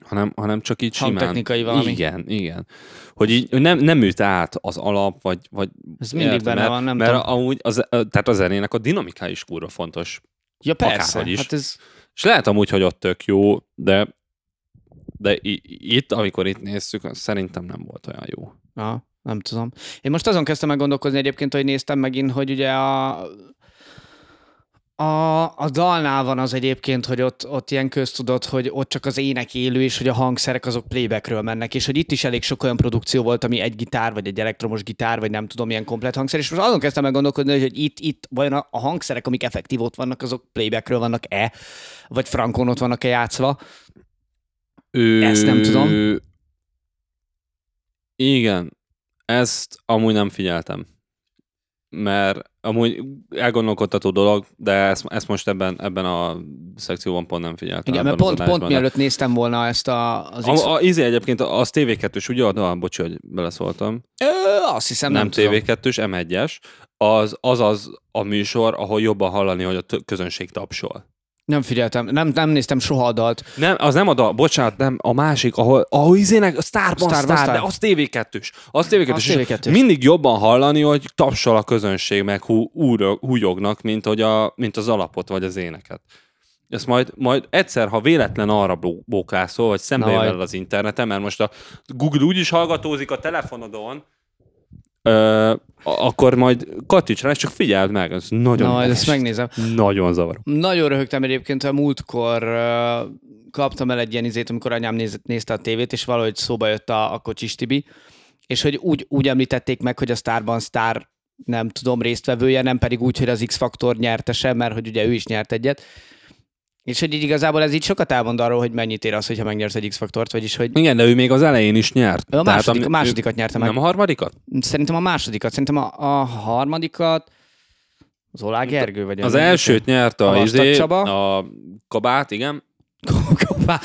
S2: hanem, hanem csak így simán.
S1: hangtechnikai valami. Igen.
S2: Igen, igen. Hogy így nem, nem üt át az alap, vagy... vagy
S1: Ez mindig benne
S2: mert,
S1: van, nem
S2: mert
S1: tudom.
S2: amúgy az, tehát a zenének a dinamikája is kurva fontos.
S1: Ja persze.
S2: Akárhogy is.
S1: Hát ez,
S2: És lehet amúgy, hogy ott tök jó, de de i- itt, amikor itt néztük, az szerintem nem volt olyan jó.
S1: aha, nem tudom. Én most azon kezdtem el gondolkozni egyébként, hogy néztem megint, hogy ugye a a, a dalnál van az egyébként, hogy ott, ott ilyen köztudott, hogy ott csak az ének élő, és hogy a hangszerek azok playbackről mennek, és hogy itt is elég sok olyan produkció volt, ami egy gitár, vagy egy elektromos gitár, vagy nem tudom, ilyen komplet hangszer, és most azon kezdtem el gondolkodni, hogy, hogy itt, itt vajon a, a hangszerek, amik effektív ott vannak, azok playbackről vannak-e, vagy frankon ott vannak-e játszva.
S2: Ő...
S1: Ezt nem tudom.
S2: Igen. Ezt amúgy nem figyeltem. Mert amúgy elgondolkodtató dolog, de ezt, ezt most ebben, ebben a szekcióban pont nem figyeltem.
S1: Igen,
S2: ebben
S1: mert
S2: az
S1: pont,
S2: adásban,
S1: pont
S2: de-
S1: mielőtt néztem volna ezt a, az X-
S2: A, a, izé egyébként az TV2-ös, ugye? Na, bocs, hogy beleszóltam.
S1: Ö, azt hiszem nem,
S2: Nem,
S1: tudom.
S2: TV2-ös, M1-es. Az, az az a műsor, ahol jobban hallani, hogy a tö- közönség tapsol.
S1: Nem figyeltem, nem, nem néztem soha a dalt.
S2: Nem, az nem a dal, bocsánat, nem, a másik, ahol, ahol izének, a Starban
S1: Starban
S2: Star, Star,
S1: Star.
S2: de az TV2-ös. Az TV2-ös.
S1: Az
S2: és
S1: TV2-ös.
S2: Mindig jobban hallani, hogy tapsol a közönség, meg hú, úrog- húgyognak, mint, hogy a, mint az alapot, vagy az éneket. Ezt majd, majd egyszer, ha véletlen arra bó- bókászol, vagy szembe
S1: Na,
S2: jön
S1: vaj.
S2: el az interneten, mert most a Google úgyis hallgatózik a telefonodon, ö, a- akkor majd kattíts rá, és csak figyeld meg, ez nagyon,
S1: Na, majd ezt
S2: best,
S1: megnézem.
S2: nagyon zavaró.
S1: Nagyon röhögtem egyébként, a múltkor ö, kaptam el egy ilyen izét, amikor anyám nézett, nézte a tévét, és valahogy szóba jött a, a Kocsis Tibi, és hogy úgy, úgy említették meg, hogy a Starban Star nem tudom résztvevője, nem pedig úgy, hogy az X-faktor nyertese, mert hogy ugye ő is nyert egyet. És hogy így igazából ez így sokat elmond arról, hogy mennyit ér az, hogyha megnyersz egy X-faktort, vagyis hogy
S2: Igen, de ő még az elején is nyert.
S1: Ő a
S2: Tehát
S1: második,
S2: ami-
S1: a másodikat nyerte meg.
S2: Nem a harmadikat?
S1: Szerintem a másodikat, szerintem a, a harmadikat, az Olá Gergő vagy?
S2: Az
S1: vagy-
S2: elsőt nyert
S1: A
S2: a,
S1: Vastag
S2: izé,
S1: Csaba.
S2: a kabát, igen.
S1: Kobát.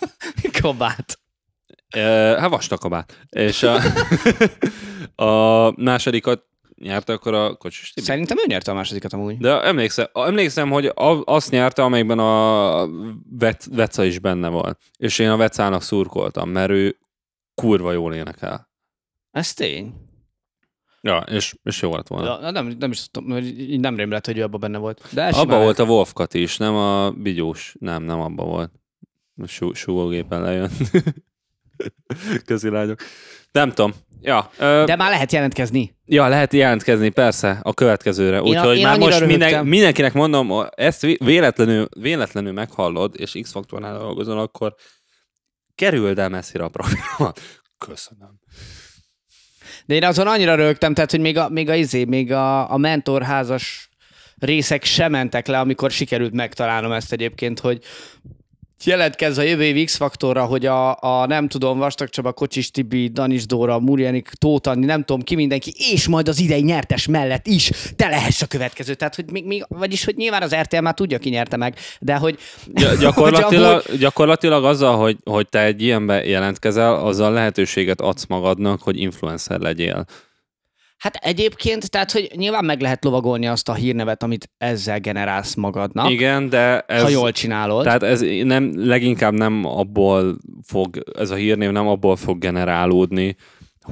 S1: Kobát.
S2: E, hát vastag kabát. És a, a másodikat nyerte akkor a kocsis Tibi.
S1: Szerintem ő nyerte a másodikat amúgy.
S2: De emlékszem, emlékszem hogy a- azt nyerte, amelyikben a Vec- Veca is benne volt. És én a Vecának szurkoltam, mert ő kurva jól énekel.
S1: Ez tény.
S2: Ja, és, és jó lett volna.
S1: Ja, nem, nem is tudtam, hogy így nem rém lett, hogy ő abban benne volt. De ez
S2: Abba
S1: simán
S2: volt a Wolfkat is, nem a Bigyós. Nem, nem abba volt. A sú- súgógépen lejön. Közilányok. Nem tudom. Ja, ö,
S1: De már lehet jelentkezni.
S2: ja, lehet jelentkezni, persze, a következőre.
S1: Én a-
S2: Úgyhogy
S1: én
S2: már
S1: annyira
S2: most minden,
S1: röhögtem.
S2: mindenkinek mondom, a- ezt vé- véletlenül, véletlenül meghallod, és X-faktornál dolgozol, akkor kerüld el messzire a profilomat. Köszönöm.
S1: De én azon annyira rögtem, tehát, hogy még a, még a izé, még a, a mentorházas részek sem mentek le, amikor sikerült megtalálnom ezt egyébként, hogy Jelentkezz a jövő év X-faktorra, hogy a, a, nem tudom, Vastag Csaba, Kocsis Tibi, Danis Dóra, Murjanik, Tóth Anni, nem tudom ki mindenki, és majd az idei nyertes mellett is te lehess a következő. Tehát, hogy még, még, vagyis, hogy nyilván az RTL már tudja, ki nyerte meg, de hogy...
S2: Gy- gyakorlatilag,
S1: hogy amúgy-
S2: gyakorlatilag azzal, hogy, hogy te egy ilyenbe jelentkezel, azzal lehetőséget adsz magadnak, hogy influencer legyél.
S1: Hát egyébként, tehát, hogy nyilván meg lehet lovagolni azt a hírnevet, amit ezzel generálsz magadnak, Igen,
S2: Igen, de ez...
S1: ha jól csinálod.
S2: Tehát ez nem, leginkább nem abból fog, ez a hírnév nem abból fog generálódni,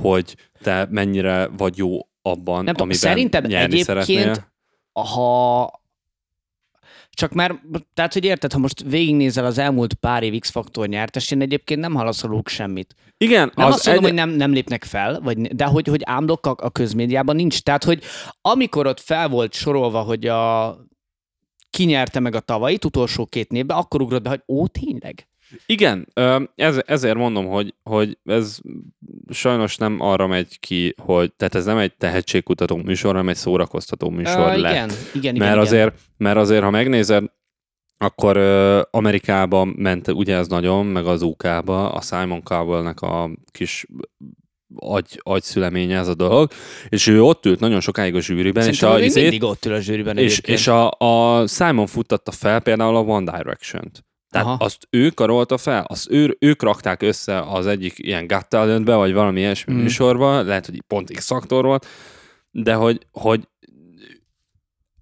S2: hogy te mennyire vagy jó abban,
S1: Nem tudom,
S2: amiben
S1: szerintem
S2: nyerni
S1: egyébként
S2: szeretnél.
S1: ha csak már, tehát hogy érted, ha most végignézel az elmúlt pár év X-faktor nyertesén, egyébként nem halaszolók semmit.
S2: Igen,
S1: Nem az
S2: az
S1: azt mondom,
S2: egy-
S1: hogy nem, nem lépnek fel, vagy, de hogy, hogy ámdok a, a közmédiában nincs. Tehát, hogy amikor ott fel volt sorolva, hogy a kinyerte meg a tavalyit utolsó két névben, akkor ugrott be, hogy ó, tényleg?
S2: Igen, ö, ez, ezért mondom, hogy, hogy ez sajnos nem arra megy ki, hogy tehát ez nem egy tehetségkutató műsor, hanem egy szórakoztató műsor
S1: Ö,
S2: lett.
S1: igen, igen, igen.
S2: mert,
S1: igen.
S2: azért, mert azért, ha megnézed, akkor ö, Amerikában ment, ugye ez nagyon, meg az UK-ba, a Simon Cowell-nek a kis agy, agyszüleménye ez a dolog, és ő ott ült nagyon sokáig a zsűriben,
S1: Szerintem
S2: és a
S1: ő
S2: izét-
S1: mindig ott ül a zsűriben
S2: és, és a, a Simon futtatta fel például a One Direction-t. Tehát
S1: Aha.
S2: Aha. azt ő karolta fel, azt ő, ők rakták össze az egyik ilyen Got talent vagy valami ilyesmi
S1: Mm.
S2: mm. műsorba, lehet, hogy pont x faktor volt, de hogy, hogy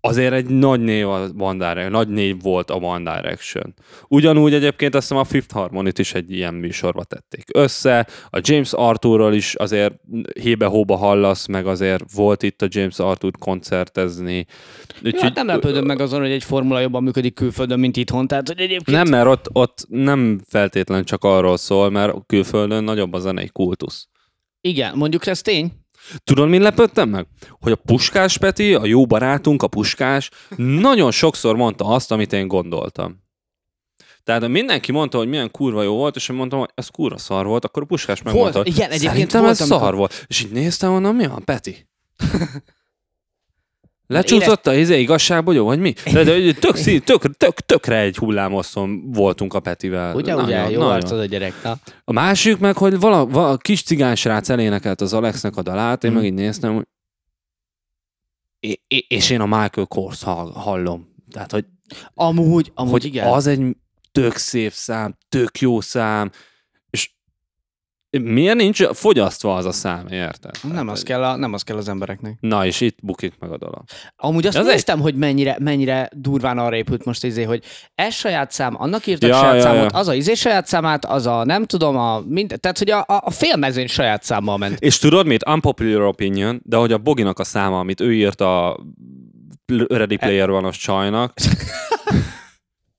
S2: azért egy nagy név a One Direction, nagy név volt a One Direction. Ugyanúgy egyébként azt hiszem a Fifth Harmonit is egy ilyen műsorba tették össze, a James Arthurról is azért hébe-hóba hallasz, meg azért volt itt a James Arthur koncertezni.
S1: Jó, hát nem lepődöm meg azon, hogy egy formula jobban működik külföldön, mint itthon. Tehát, hogy egyébként
S2: Nem, mert ott, ott nem feltétlen csak arról szól, mert külföldön nagyobb a zenei kultusz.
S1: Igen, mondjuk ez tény.
S2: Tudod, min lepődtem meg? Hogy a Puskás Peti, a jó barátunk, a Puskás, nagyon sokszor mondta azt, amit én gondoltam. Tehát mindenki mondta, hogy milyen kurva jó volt, és én mondtam, hogy ez kurva szar volt, akkor a Puskás megmondta, hogy
S1: igen, egyébként
S2: szerintem
S1: volt,
S2: ez
S1: amikor-
S2: szar volt. És így néztem, mondom, mi van, Peti? Lecsúszott a izé igazságbogyó, vagy mi? De, de tök, szín, tök, tök, tökre egy hullámoszon voltunk a Petivel.
S1: Ugye,
S2: Hát Nagyon,
S1: ugye, jó
S2: nagyon.
S1: arcod a gyerek. Na.
S2: A másik meg, hogy vala, vala a kis cigánysrác elénekelt az Alexnek a dalát, én
S1: Mm.
S2: meg így néztem, hogy é- é- és én a Michael Kors hall- hallom. Tehát, hogy,
S1: Amúgy, amúgy
S2: hogy
S1: igen.
S2: az egy tök szép szám, tök jó szám, és miért nincs fogyasztva az a szám, érted?
S1: Nem az, kell a, nem az kell az embereknek.
S2: Na, és itt bukik meg a dolog.
S1: Amúgy azt
S2: Az egy-
S1: néztem, hogy mennyire, mennyire durván arra épült most izé, hogy ez saját szám, annak írtak
S2: Ja,
S1: saját
S2: ja,
S1: számot,
S2: ja.
S1: az a izé saját számát, az a nem tudom, a mind, tehát hogy a, a, a félmezőny saját számmal ment.
S2: És tudod mit? Unpopular opinion, de hogy a Boginak a száma, amit ő írt a Ready Player van a csajnak,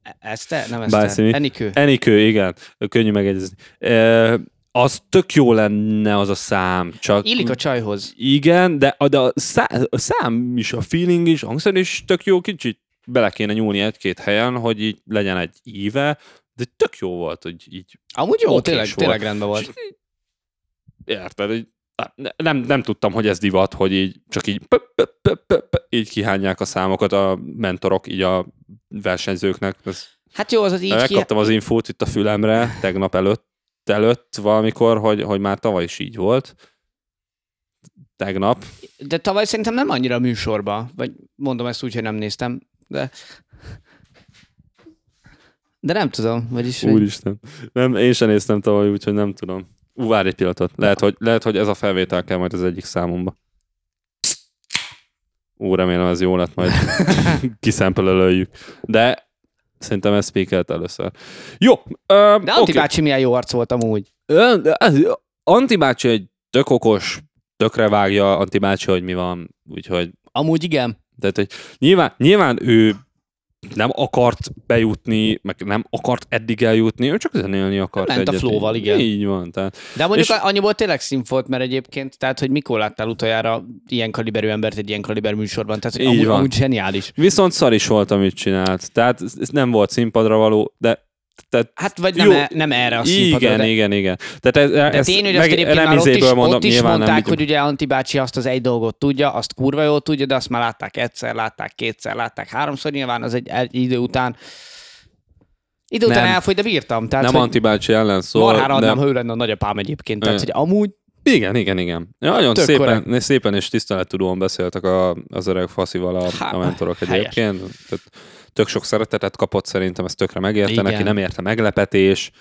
S1: E- Ezt te? Nem ezt te.
S2: Bájszimi.
S1: Enikő.
S2: Enikő, igen, könnyű megegyezni. E, az tök jó lenne az a szám, csak...
S1: Illik a csajhoz.
S2: Igen, de, a- de a, szá, a szám is, a feeling is, a hangszer is tök jó, kicsit bele kéne nyúlni egy-két helyen, hogy így legyen egy íve, de tök jó volt, hogy így
S1: Amúgy jó,
S2: Oké
S1: tényleg,
S2: is
S1: tényleg
S2: volt.
S1: rendben volt.
S2: érted, hogy ne- nem, nem tudtam, hogy ez divat, hogy így csak így pö, pö, pö, pö, pö, így kihányják a számokat a mentorok, így a versenyzőknek. Ez
S1: Hát jó, az az így ki...
S2: Megkaptam az infót itt a fülemre tegnap előtt, előtt valamikor, hogy, hogy már tavaly is így volt. Tegnap.
S1: De tavaly szerintem nem annyira a műsorba, vagy mondom ezt úgy, hogy nem néztem, de... De nem tudom, vagyis... hogy-
S2: Úristen. Nem, én sem néztem tavaly, úgyhogy nem tudom. Ú, várj egy pillanatot. Lehet hogy, lehet, hogy ez a felvétel kell majd az egyik számomba. Ú, remélem ez jó lett, majd kiszempelölöljük. De szerintem ez spékelt először. Jó. Ö,
S1: De Anti
S2: oké.
S1: bácsi milyen jó arc volt amúgy.
S2: Ö, de az- Anti bácsi egy tök okos, tökre vágja Anti bácsi, hogy mi van, úgyhogy
S1: Amúgy igen.
S2: tehát, hogy nyilván, nyilván ő nem akart bejutni, meg nem akart eddig eljutni, ő csak zenélni akart.
S1: Ment a
S2: egyet.
S1: flow-val, igen.
S2: Így van. Tehát.
S1: De mondjuk
S2: És-
S1: és... annyiból tényleg színfolt, mert egyébként, tehát hogy mikor láttál utoljára ilyen kaliberű embert egy ilyen kaliberű műsorban, tehát hogy
S2: Így
S1: amúgy,
S2: van.
S1: amúgy zseniális.
S2: Viszont szar is volt, amit csinált. Tehát ez ez nem volt színpadra való, de tehát
S1: Hát vagy nem,
S2: Jó.
S1: e, nem erre a színpadra.
S2: igen,
S1: de...
S2: igen, igen. Tehát ez,
S1: De
S2: ez
S1: tény, hogy azt egyébként
S2: nem
S1: már ott is,
S2: izéből
S1: mondom,
S2: mondom,
S1: ott is
S2: nyilván
S1: mondták,
S2: nem,
S1: hogy ugye Anti bácsi azt az egy dolgot tudja, azt kurva jól tudja, de azt már látták egyszer, látták kétszer, látták háromszor, nyilván az egy, egy idő után Idő után
S2: Nem.
S1: elfogy, de bírtam. Tehát, hát,
S2: nem
S1: hogy
S2: antibácsi ellen szól.
S1: marhára
S2: de-
S1: adnám, ha ő lenne a nagyapám egyébként. Tehát,
S2: Igen.
S1: hogy amúgy
S2: Igen, igen, igen. Ja, Nagyon
S1: Tök
S2: szépen, szépen és tisztelettudóan beszéltek a, az öreg faszival a,
S1: Há,
S2: a mentorok
S1: Hát, helyes.
S2: egyébként. Tehát tök sok szeretetet kapott, szerintem ez tökre megérte
S1: Igen.
S2: neki, nem érte meglepetés.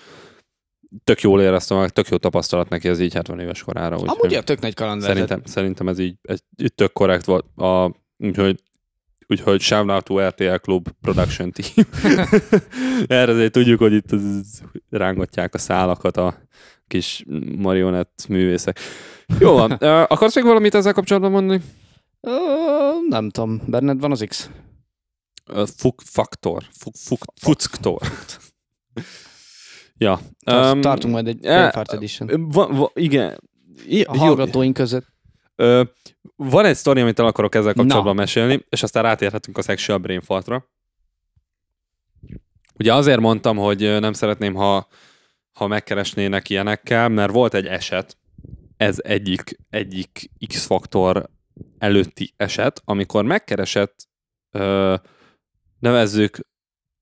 S2: Tök jól éreztem, meg tök jó tapasztalat neki az így 70 éves korára. Úgyhogy
S1: Amúgy a tök nagy kaland lehetett.
S2: szerintem, szerintem ez így, ez így tök korrekt volt. A, úgyhogy Úgyhogy shout out to RTL Club Production Team. Erre azért tudjuk, hogy itt az, rángatják a szálakat a kis marionett művészek. Jó van. Ö, Akarsz még valamit ezzel kapcsolatban mondani?
S1: Ö, nem tudom, benned van az X?
S2: Ö, Fuk, faktor. Fuk, fuk, fucktor. ja.
S1: Tart,
S2: Öm,
S1: tartunk majd egy
S2: eh,
S1: Brain Fart Edition.
S2: Va, va, igen. I,
S1: A hallgatóink között.
S2: Ö, van egy sztori, amit el akarok ezzel kapcsolatban
S1: Na.
S2: mesélni, és aztán rátérhetünk a sexual brain fartra. Ugye azért mondtam, hogy ö, nem szeretném, ha, ha megkeresnének ilyenekkel, mert volt egy eset, ez egyik, egyik X-faktor előtti eset, amikor megkeresett, ö, nevezzük,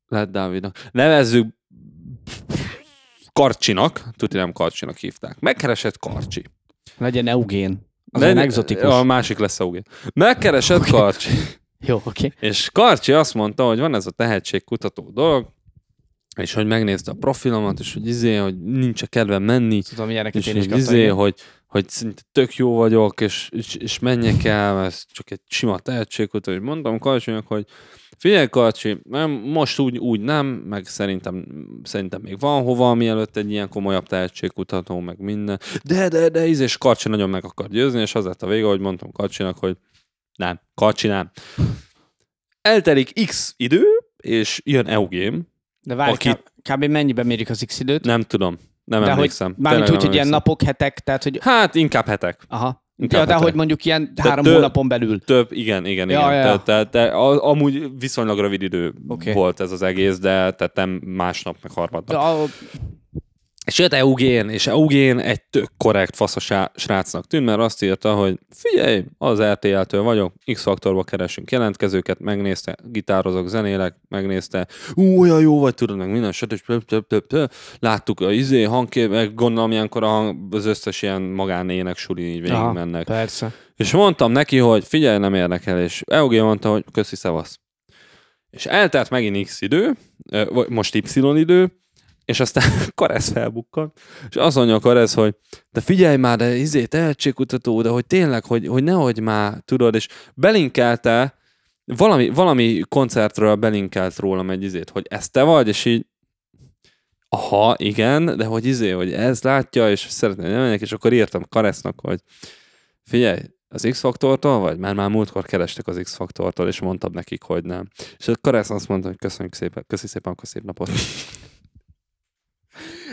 S2: lehet Dávidnak, nevezzük Karcsinak, tudni nem Karcsinak hívták, megkeresett Karcsi.
S1: Legyen eugén. Az
S2: De-
S1: olyan exotikus.
S2: A másik lesz Augi. Megkeresett Karcsi,
S1: Jó, oké.
S2: és Karcsi azt mondta, hogy van ez a tehetségkutató dolog, és hogy megnézte a profilomat, és hogy izé, hogy nincs a kedvem menni,
S1: Tudom, ilyeneket
S2: és
S1: én is
S2: hogy izé,
S1: kaptam.
S2: hogy, hogy szinte tök jó vagyok, és, és, és menjek el, ez csak egy sima tehetségkutató, hogy mondtam Karcsinak, hogy Figyelj, Karcsi, nem, most úgy, úgy nem, meg szerintem, szerintem még van hova, mielőtt egy ilyen komolyabb tehetségkutató, meg minden. De, de, de, íz, és Karcsi nagyon meg akar győzni, és az lett a vége, hogy mondtam Karcsinak, hogy nem, Karcsi nem. Eltelik X idő, és jön Eugém,
S1: De várj,
S2: aki-
S1: kb. kb. mennyiben mérjük az X időt?
S2: nem tudom, nem
S1: de hogy,
S2: emlékszem.
S1: mármint
S2: tényleg
S1: úgy, hogy ilyen
S2: nem emlékszem.
S1: napok, hetek, tehát hogy...
S2: Hát inkább hetek.
S1: Aha.
S2: Inkább
S1: Ja, de
S2: hetek.
S1: hogy mondjuk ilyen három
S2: tő-
S1: hónapon belül.
S2: Több, igen, igen,
S1: Ja,
S2: igen.
S1: ja, ja.
S2: Tehát, tehát, tehát, a- amúgy viszonylag rövid idő
S1: Oké.
S2: volt ez az egész, de tehát nem másnap, meg harmadnap.
S1: De a-
S2: És jött Eugén, és Eugén egy tök korrekt faszos á- srácnak tűnt, mert azt írta, hogy figyelj, az RTL-től vagyok, X-faktorba keresünk jelentkezőket, megnézte, gitározok, zenélek, megnézte, ú, olyan jó vagy, tudod, meg minden, stb. stb, stb, stb. Láttuk a izé, hangkép, meg gondolom ilyenkor a hang, az összes ilyen magánének suli így végig
S1: Aha,
S2: mennek.
S1: Persze.
S2: És mondtam neki, hogy figyelj, nem érdekel, és Eugén mondta, hogy köszi, szevasz. És eltelt megint X idő, ö, vagy most Y idő, és aztán Karesz felbukkant, és azt mondja Karesz, hogy de figyelj már, de izé, tehetségkutató, de hogy tényleg, hogy, hogy nehogy már, tudod, és belinkelte, valami, valami koncertről belinkelt rólam egy izét, hogy ez te vagy, és így aha, igen, de hogy izé, hogy ez látja, és szeretné, hogy menjek, és akkor írtam Karesznak, hogy figyelj, az X-faktortól vagy? Már már múltkor kerestek az X-faktortól, és mondtam nekik, hogy nem. És a Karesz azt mondta, hogy köszönjük szépen, köszi szépen, akkor szép napot.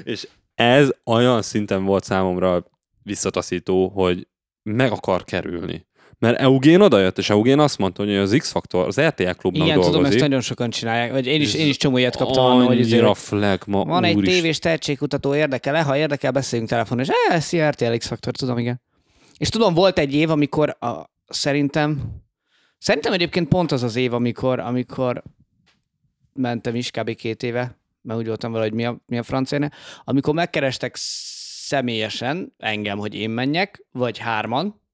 S2: és ez olyan szinten volt számomra visszataszító, hogy meg akar kerülni. Mert Eugén odajött, és Eugén azt mondta, hogy az X-faktor, az RTL klubnak
S1: Igen, tudom, ezt
S2: dolgozik.
S1: nagyon sokan csinálják. Vagy én is, én is csomó ilyet kaptam annól, hogy azért,
S2: Annyira flagma,
S1: van egy
S2: úristen.
S1: tévés tehetségkutató érdekele, ha érdekel, beszéljünk telefonon, és eh, szia, RTL X Factor, tudom, igen. És tudom, volt egy év, amikor a, szerintem, szerintem egyébként pont az az év, amikor, amikor mentem is kb. két éve, mert úgy voltam vele, hogy mi a, mi a francérne, amikor megkerestek személyesen engem, hogy én menjek, vagy hárman,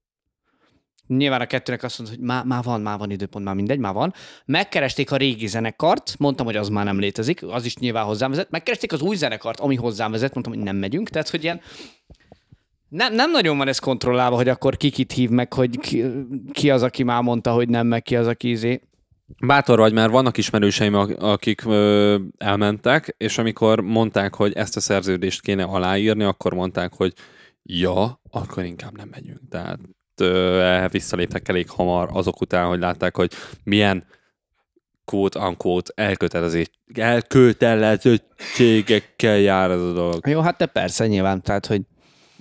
S1: Nyilván a kettőnek azt mondta, hogy már, már van, már van időpont, már mindegy, már van. Megkeresték a régi zenekart, mondtam, hogy az már nem létezik, az is nyilván hozzám vezet. Megkeresték az új zenekart, ami hozzám vezet, mondtam, hogy nem megyünk. Tehát, hogy ilyen nem, nem nagyon van ez kontrollálva, hogy akkor kikit hív meg, hogy ki, ki az, aki már mondta, hogy nem, meg ki az, aki izé.
S2: Bátor vagy, mert vannak ismerőseim, ak- akik ö, elmentek, és amikor mondták, hogy ezt a szerződést kéne aláírni, akkor mondták, hogy ja, akkor inkább nem megyünk. Tehát ö, eh, visszaléptek elég hamar azok után, hogy látták, hogy milyen quote-unquote elkötelezé- elkötelezettségekkel jár ez a dolog.
S1: Jó, hát te persze, nyilván, tehát, hogy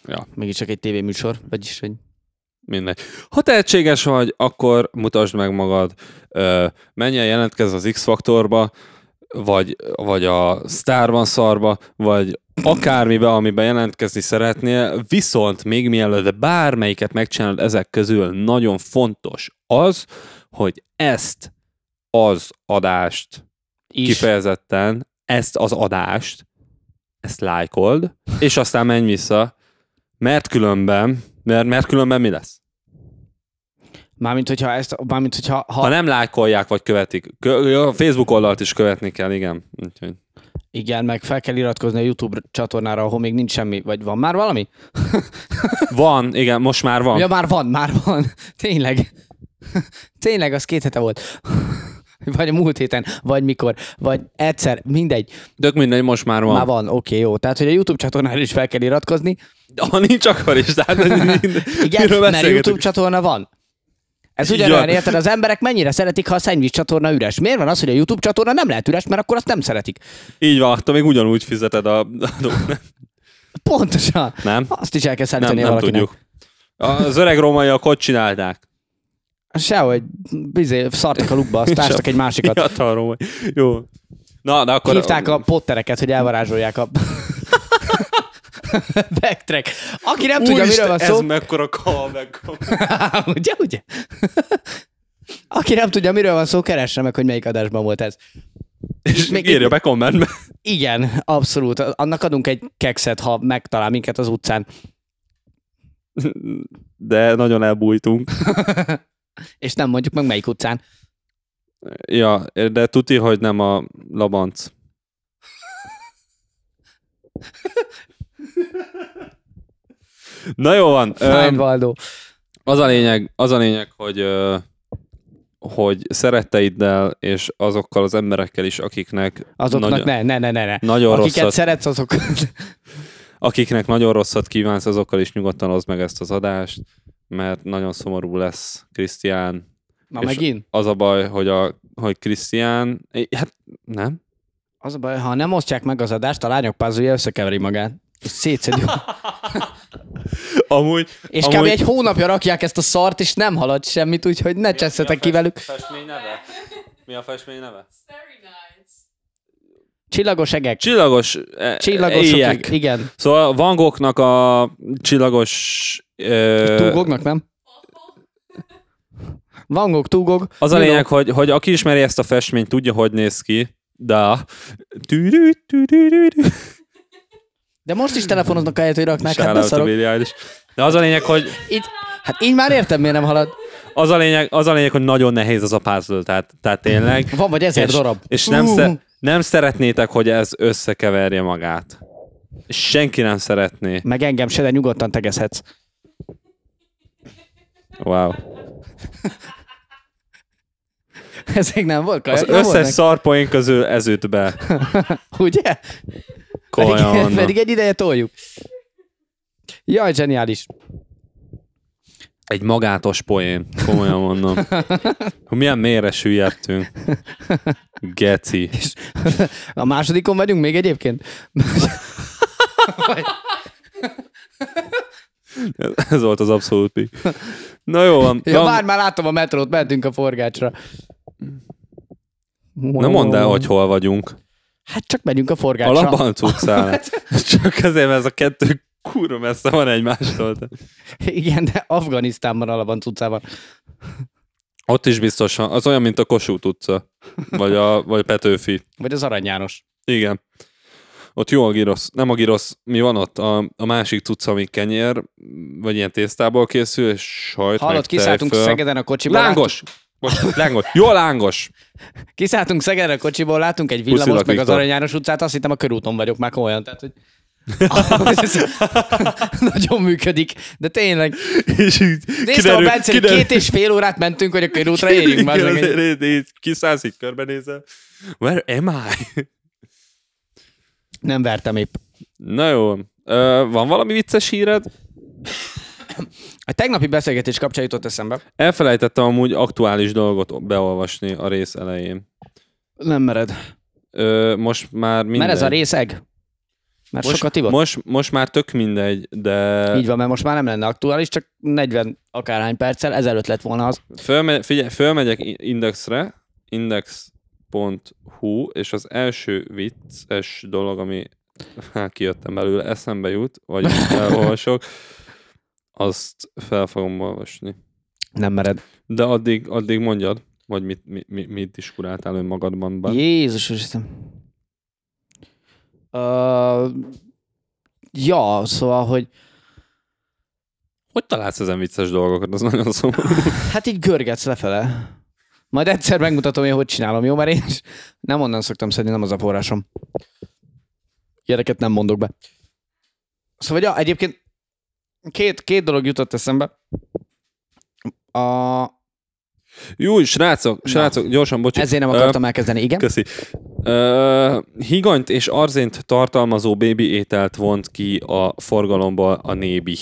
S2: Ja.
S1: mégiscsak egy tévéműsor, vagyis, hogy
S2: Mindegy. Ha tehetséges vagy, akkor mutasd meg magad, ö, menj el, jelentkezz az X-faktorba, vagy, vagy a Starban szarba, vagy akármibe, amiben jelentkezni szeretnél, viszont még mielőtt bármelyiket megcsinálod ezek közül, nagyon fontos az, hogy ezt az adást
S1: is.
S2: kifejezetten ezt az adást, ezt lájkold, és aztán menj vissza, mert különben, mert, mert különben mi lesz?
S1: Mármint, hogyha ezt, mármint, hogyha ha,
S2: Ha nem lájkolják, vagy követik. Kö- A Facebook oldalt is követni kell, igen. Úgyhogy.
S1: igen, meg fel kell iratkozni a YouTube csatornára, ahol még nincs semmi, vagy van már valami?
S2: Van, igen, most már van.
S1: Ja, már van, már van. Tényleg. Tényleg, az két hete volt. Vagy a múlt héten, vagy mikor, vagy egyszer, mindegy.
S2: Tök mindegy, most már van.
S1: Már van, oké, jó. Tehát, hogy a YouTube csatornára is fel kell iratkozni.
S2: Ha nincs, akkor is. Tehát,
S1: Igen,
S2: miről
S1: mert
S2: beszélgetünk?
S1: YouTube csatorna van. Ez
S2: Így
S1: ugyanolyan,
S2: van.
S1: érted, az emberek mennyire szeretik, ha a szennyvíz csatorna üres. Miért van az, hogy a YouTube csatorna nem lehet üres, mert akkor azt nem szeretik?
S2: Így van, attól még ugyanúgy fizeted a, a dolgot.
S1: Pontosan.
S2: Nem?
S1: Azt is el kell
S2: Nem,
S1: szállítani
S2: nem
S1: valakinek.
S2: tudjuk. Az öreg rómaiak ott csinálták.
S1: Sehogy, bizé, szartak a lukba, azt tástak egy másikat.
S2: Fiatal római. Jó. Na, de akkor...
S1: Hívták a pottereket, hogy elvarázsolják a... Backtrack. Aki nem tudja, miről van szó,
S2: ez mekkora callback.
S1: ugye, ugye? Aki nem tudja, miről van szó, keresse meg, hogy melyik adásban volt ez.
S2: És
S1: Még-
S2: még írja be kommentbe.
S1: Igen, abszolút. Annak adunk egy kekszet, ha megtalál minket az utcán.
S2: De nagyon elbújtunk.
S1: És nem mondjuk meg melyik utcán.
S2: Ja, de tuti, hogy nem a labanc. Na jó van.
S1: Fine,
S2: Öm,
S1: Valdo.
S2: az a lényeg, az a lényeg hogy, ö, hogy szeretteiddel és azokkal az emberekkel is, akiknek
S1: Azoknak
S2: nagyon,
S1: ne, ne, ne, ne, ne.
S2: nagyon
S1: Akiket
S2: rosszat,
S1: szeretsz, azok...
S2: akiknek nagyon rosszat kívánsz, azokkal is nyugodtan hozd meg ezt az adást, mert nagyon szomorú lesz Krisztián.
S1: Na
S2: És-
S1: megint?
S2: Az a baj, hogy, a, hogy Krisztián, eh, hát nem,
S1: Az a baj, ha nem osztják meg az adást, a lányok pázolja összekeveri magát. És szétszedi.
S2: Amúgy,
S1: És
S2: amúgy
S1: kb. egy hónapja rakják ezt a szart, és nem halad semmit, úgyhogy ne cseszetek ki velük.
S2: Festmény neve? Mi a festmény neve?
S3: Starry Nights.
S1: Csillagos egek.
S2: Csillagos, eh,
S1: Csillagos
S2: éjek.
S1: Igen.
S2: Szóval Van Goghnak a csillagos... Ö,
S1: Túgognak, nem? Vangok, túgog.
S2: az a
S1: Milo.
S2: lényeg, hogy, hogy aki ismeri ezt a festményt, tudja, hogy néz ki, de... Tűrű, tűrű, tűrű.
S1: De most is telefonoznak ahelyett, hogy raknák. Hát ne
S2: Shout out a
S1: szarok.
S2: Billie Eilish. De az a lényeg, hogy
S1: Így, hát így már értem, miért nem halad.
S2: az a lényeg, az a lényeg, hogy nagyon nehéz az a puzzle, tehát, tehát tényleg.
S1: Van vagy ezer
S2: és,
S1: darab.
S2: És nem,
S1: Ú,
S2: sze, nem szeretnétek, hogy ez összekeverje magát. Senki nem szeretné.
S1: Meg engem se, de nyugodtan tegezhetsz.
S2: Wow.
S1: Ez még nem volt kaja.
S2: Az összes szarpoén közül ez üt be.
S1: Ugye?
S2: Komolyan.
S1: Pedig, pedig egy ideje toljuk. Jaj, zseniális.
S2: Egy magátos poén, komolyan mondom. Hogy milyen mélyre süllyedtünk. Geci.
S1: A másodikon vagyunk még egyébként?
S2: Ez volt az abszolút pik. Na jó van.
S1: Ja,
S2: Na,
S1: várj, már látom a metrót, mentünk a forgácsra.
S2: na mondd el, hogy hol vagyunk.
S1: Hát csak megyünk a
S2: A
S1: forgácsra.
S2: labban cuccál. Csak azért, mert ez a kettő kurva messze van egymástól.
S1: Igen, de Afganisztánban a laban utcában.
S2: Ott is biztos van. Az olyan, mint a Kossuth utca. Vagy, a, vagy Petőfi.
S1: Vagy az Arany János.
S2: Igen. Ott jó a girosz. Nem a girosz, mi van ott? A, a másik cucc, ami kenyér, vagy ilyen tésztából készül, és sajt
S1: Hallott,
S2: meg
S1: kiszálltunk
S2: tejföl.
S1: Szegeden a kocsiból.
S2: Lángos! Bocs, lángos. Jó a lángos!
S1: Látunk, kiszálltunk Szegeden a kocsiból, látunk egy villamost,
S2: Puszilak,
S1: meg az
S2: Viktor.
S1: Arany János utcát, azt hittem a körúton vagyok már komolyan. Tehát, hogy... Nagyon működik, de tényleg.
S2: És így
S1: Nézd, a Bence, hogy két és fél órát mentünk, hogy a körútra érjünk már. meg egy-
S2: Kiszállsz, így körbenézel. Where am I?
S1: Nem vertem épp.
S2: Na jó. Ö, van valami vicces híred?
S1: A tegnapi beszélgetés kapcsán jutott eszembe.
S2: Elfelejtettem amúgy aktuális dolgot beolvasni a rész elején.
S1: Nem mered.
S2: Ö, most már minden.
S1: Mert ez a részeg. Mert
S2: most,
S1: sokat ivott.
S2: most, most már tök mindegy, de
S1: Így van, mert most már nem lenne aktuális, csak 40 akárhány perccel ezelőtt lett volna az.
S2: Fölme- figyelj, fölmegyek i- indexre, index.hu, és az első vicces dolog, ami hát kijöttem belőle, eszembe jut, vagy elolvasok, azt fel fogom olvasni.
S1: Nem mered.
S2: De addig, addig mondjad, vagy mit, mit, mit, mit is kuráltál önmagadban. Bár.
S1: Jézus, Istenem. Ö, ja, szóval, hogy
S2: Hogy találsz ezen vicces dolgokat? Az nagyon szomorú.
S1: hát így görgetsz lefele. Majd egyszer megmutatom én, hogy csinálom, jó? Mert én is nem onnan szoktam szedni, nem az a forrásom. Ilyeneket nem mondok be. Szóval, ja, egyébként két, két dolog jutott eszembe. A,
S2: Jó, srácok, srácok, gyorsan, bocsi.
S1: ezért nem akartam elkezdeni, igen?
S2: Köszi. Ö, higanyt és arzént tartalmazó bébi ételt vont ki a forgalomból a nébi.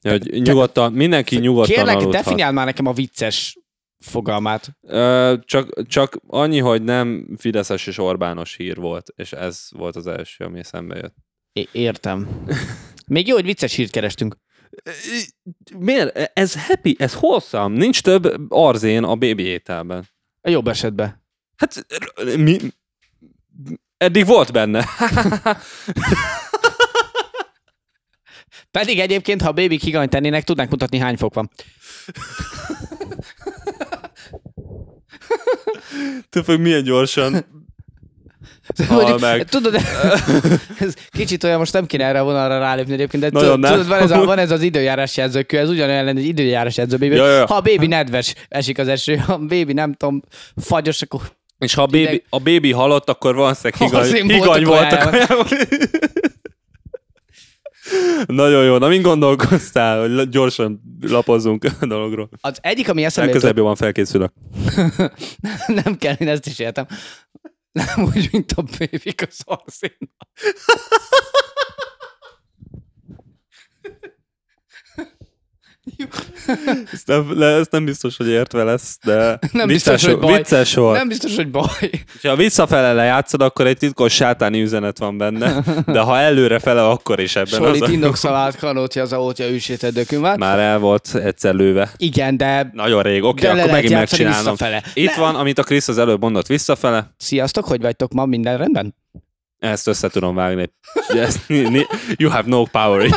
S2: Hogy nyugodtan, mindenki nyugodtan
S1: Kérlek,
S2: aludhat.
S1: definiáld már nekem a vicces fogalmát.
S2: Ö, csak, csak annyi, hogy nem Fideszes és Orbános hír volt, és ez volt az első, ami eszembe jött.
S1: É- értem. Még jó, hogy vicces hírt kerestünk.
S2: Miért? Ez happy, ez wholesome. Nincs több arzén a bébi ételben.
S1: A jobb esetben.
S2: Hát, r- mi? Hát, Eddig volt benne.
S1: Pedig egyébként, ha a bébik higany tennének, tudnánk mutatni, hány fok van.
S2: Tudod, hogy milyen gyorsan.
S1: Mondjuk,
S2: meg.
S1: Szóval, Tudod, ez kicsit olyan, most nem kéne erre a vonalra rálépni egyébként, de
S2: Nagyon
S1: tudod,
S2: nem.
S1: tudod, van, ez a, van ez az időjárás jelzőkő, ez ugyanolyan lenne egy időjárás jelző bébi.
S2: Ja, ja, ja.
S1: Ha a bébi nedves, esik az eső, ha a bébi nem tudom, fagyos, akkor
S2: És ha a bébi,
S1: Ideg-
S2: a bébi halott, akkor valószínűleg higany,
S1: Valószínűleg
S2: higany
S1: volt a
S2: volt a kajában. Nagyon jó. Na, mind gondolkoztál, hogy le- gyorsan lapozzunk a dologról?
S1: az egyik, ami eszembe jutott,
S2: Legközelebb jobban felkészülök.
S1: nem kell, én ezt is értem. Nem úgy, mint a bébik a szarszín.
S2: Ezt nem, le, ezt nem biztos, hogy értve lesz, de
S1: Nem
S2: vicces,
S1: biztos, hogy baj.
S2: vicces volt.
S1: Nem biztos, hogy baj.
S2: Ha visszafele lejátszod, akkor egy titkos sátáni üzenet van benne, de ha előre fele, akkor is ebben az
S1: Solít
S2: a...
S1: indokszalált, kanótja, az aótja, üsített dökümvát.
S2: Már el volt egyszer lőve.
S1: Igen, de
S2: Nagyon rég, oké,
S1: De
S2: okay,
S1: le
S2: akkor
S1: lehet
S2: megint
S1: játszani
S2: megcsinálom.
S1: visszafele.
S2: Itt
S1: Le-
S2: van, amit a Krisz az előbb mondott, visszafele,
S1: sziasztok, hogy vagytok ma? Minden rendben?
S2: ezt össze tudom vágni. Yes, ni- ni- you have no power.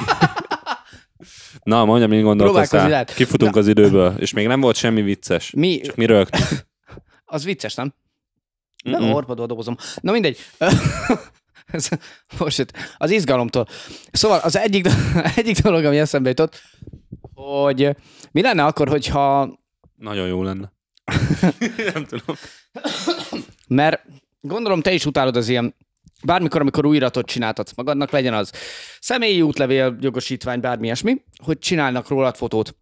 S2: Na, mondjam, mit
S1: Próbálkozni
S2: gondolkoztál.
S1: lehet.
S2: Kifutunk az időből, és még nem volt semmi vicces.
S1: Mi?
S2: Csak mi rögt.
S1: Az vicces, nem? Nem,
S2: Mm-mm.
S1: mm horpadó a dobozom. Na mindegy. Ez- Most jött. Az izgalomtól. Szóval az egyik, do- egyik dolog, ami eszembe jutott, hogy mi lenne akkor, hogyha
S2: Nagyon jó lenne. nem tudom.
S1: Mert gondolom te is utálod az ilyen, bármikor, amikor újratot csináltatsz magadnak, legyen az személyi útlevél, jogosítvány, bármi ilyesmi, hogy csinálnak rólad fotót.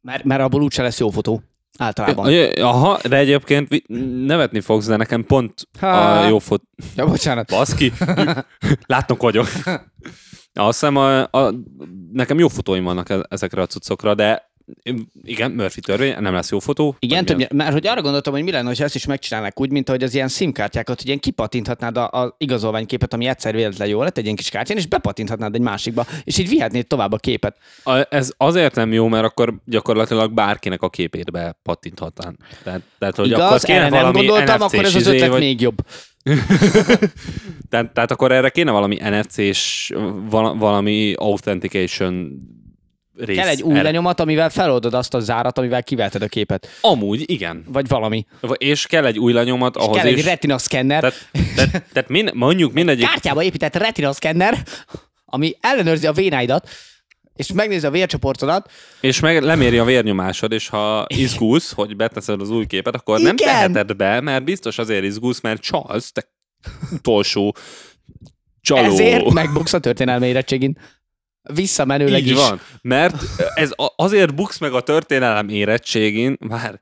S1: Mert, mert abból úgyse lesz jó fotó. Általában.
S2: Ja, Aha, de egyébként vi- nevetni fogsz, de nekem pont a
S1: Ha.
S2: jó fot...
S1: Ja, bocsánat.
S2: Baszki, látnok vagyok. Azt hiszem, a, a, nekem jó fotóim vannak e- ezekre a cuccokra, de igen, Murphy törvény, nem lesz jó fotó.
S1: Igen,
S2: Vagy mi
S1: többnyire, mert hogy arra gondoltam, hogy mi lenne, ha ezt is megcsinálnák úgy, mint ahogy az ilyen SIM-kártyákat, hogy ilyen kipatinthatnád a, a igazolványképet, ami egyszer véletlen jó lett egy ilyen kis kártyán, és bepatinthatnád egy másikba, és így vihetnéd tovább a képet.
S2: az? A- Ez azért nem jó, mert akkor gyakorlatilag bárkinek a képét bepattinthatnán. Tehát, tehát hogy akkor
S1: Igaz,
S2: kéne
S1: erre nem
S2: valami
S1: gondoltam,
S2: NFC-s
S1: akkor ez az
S2: izé,
S1: ötlet
S2: vagy-
S1: még jobb.
S2: Tehát, tehát akkor erre kéne valami NFC-s, vala- valami authentication rész.
S1: Kell egy új
S2: erre.
S1: lenyomat, amivel feloldod azt a zárat, amivel kivelted a képet.
S2: Amúgy, igen.
S1: Vagy valami.
S2: V- És kell egy új lenyomat,
S1: Ahhoz
S2: ahhoz
S1: kell egy
S2: is.
S1: retina szkenner.
S2: Tehát, tehát, tehát mind, mondjuk mindegyik
S1: Kártyába épített retina szkenner, ami ellenőrzi a vénáidat, és megnézi a vércsoportodat.
S2: És meg leméri a vérnyomásod, és ha izgulsz, hogy beteszed az új képet, akkor nem
S1: Igen.
S2: teheted be, mert biztos azért izgulsz, mert csalsz, te utolsó csaló.
S1: Ezért megbuksz a történelmi érettségin. Visszamenőleg
S2: Így
S1: is.
S2: van, mert ez a- azért buksz meg a történelem érettségén, már,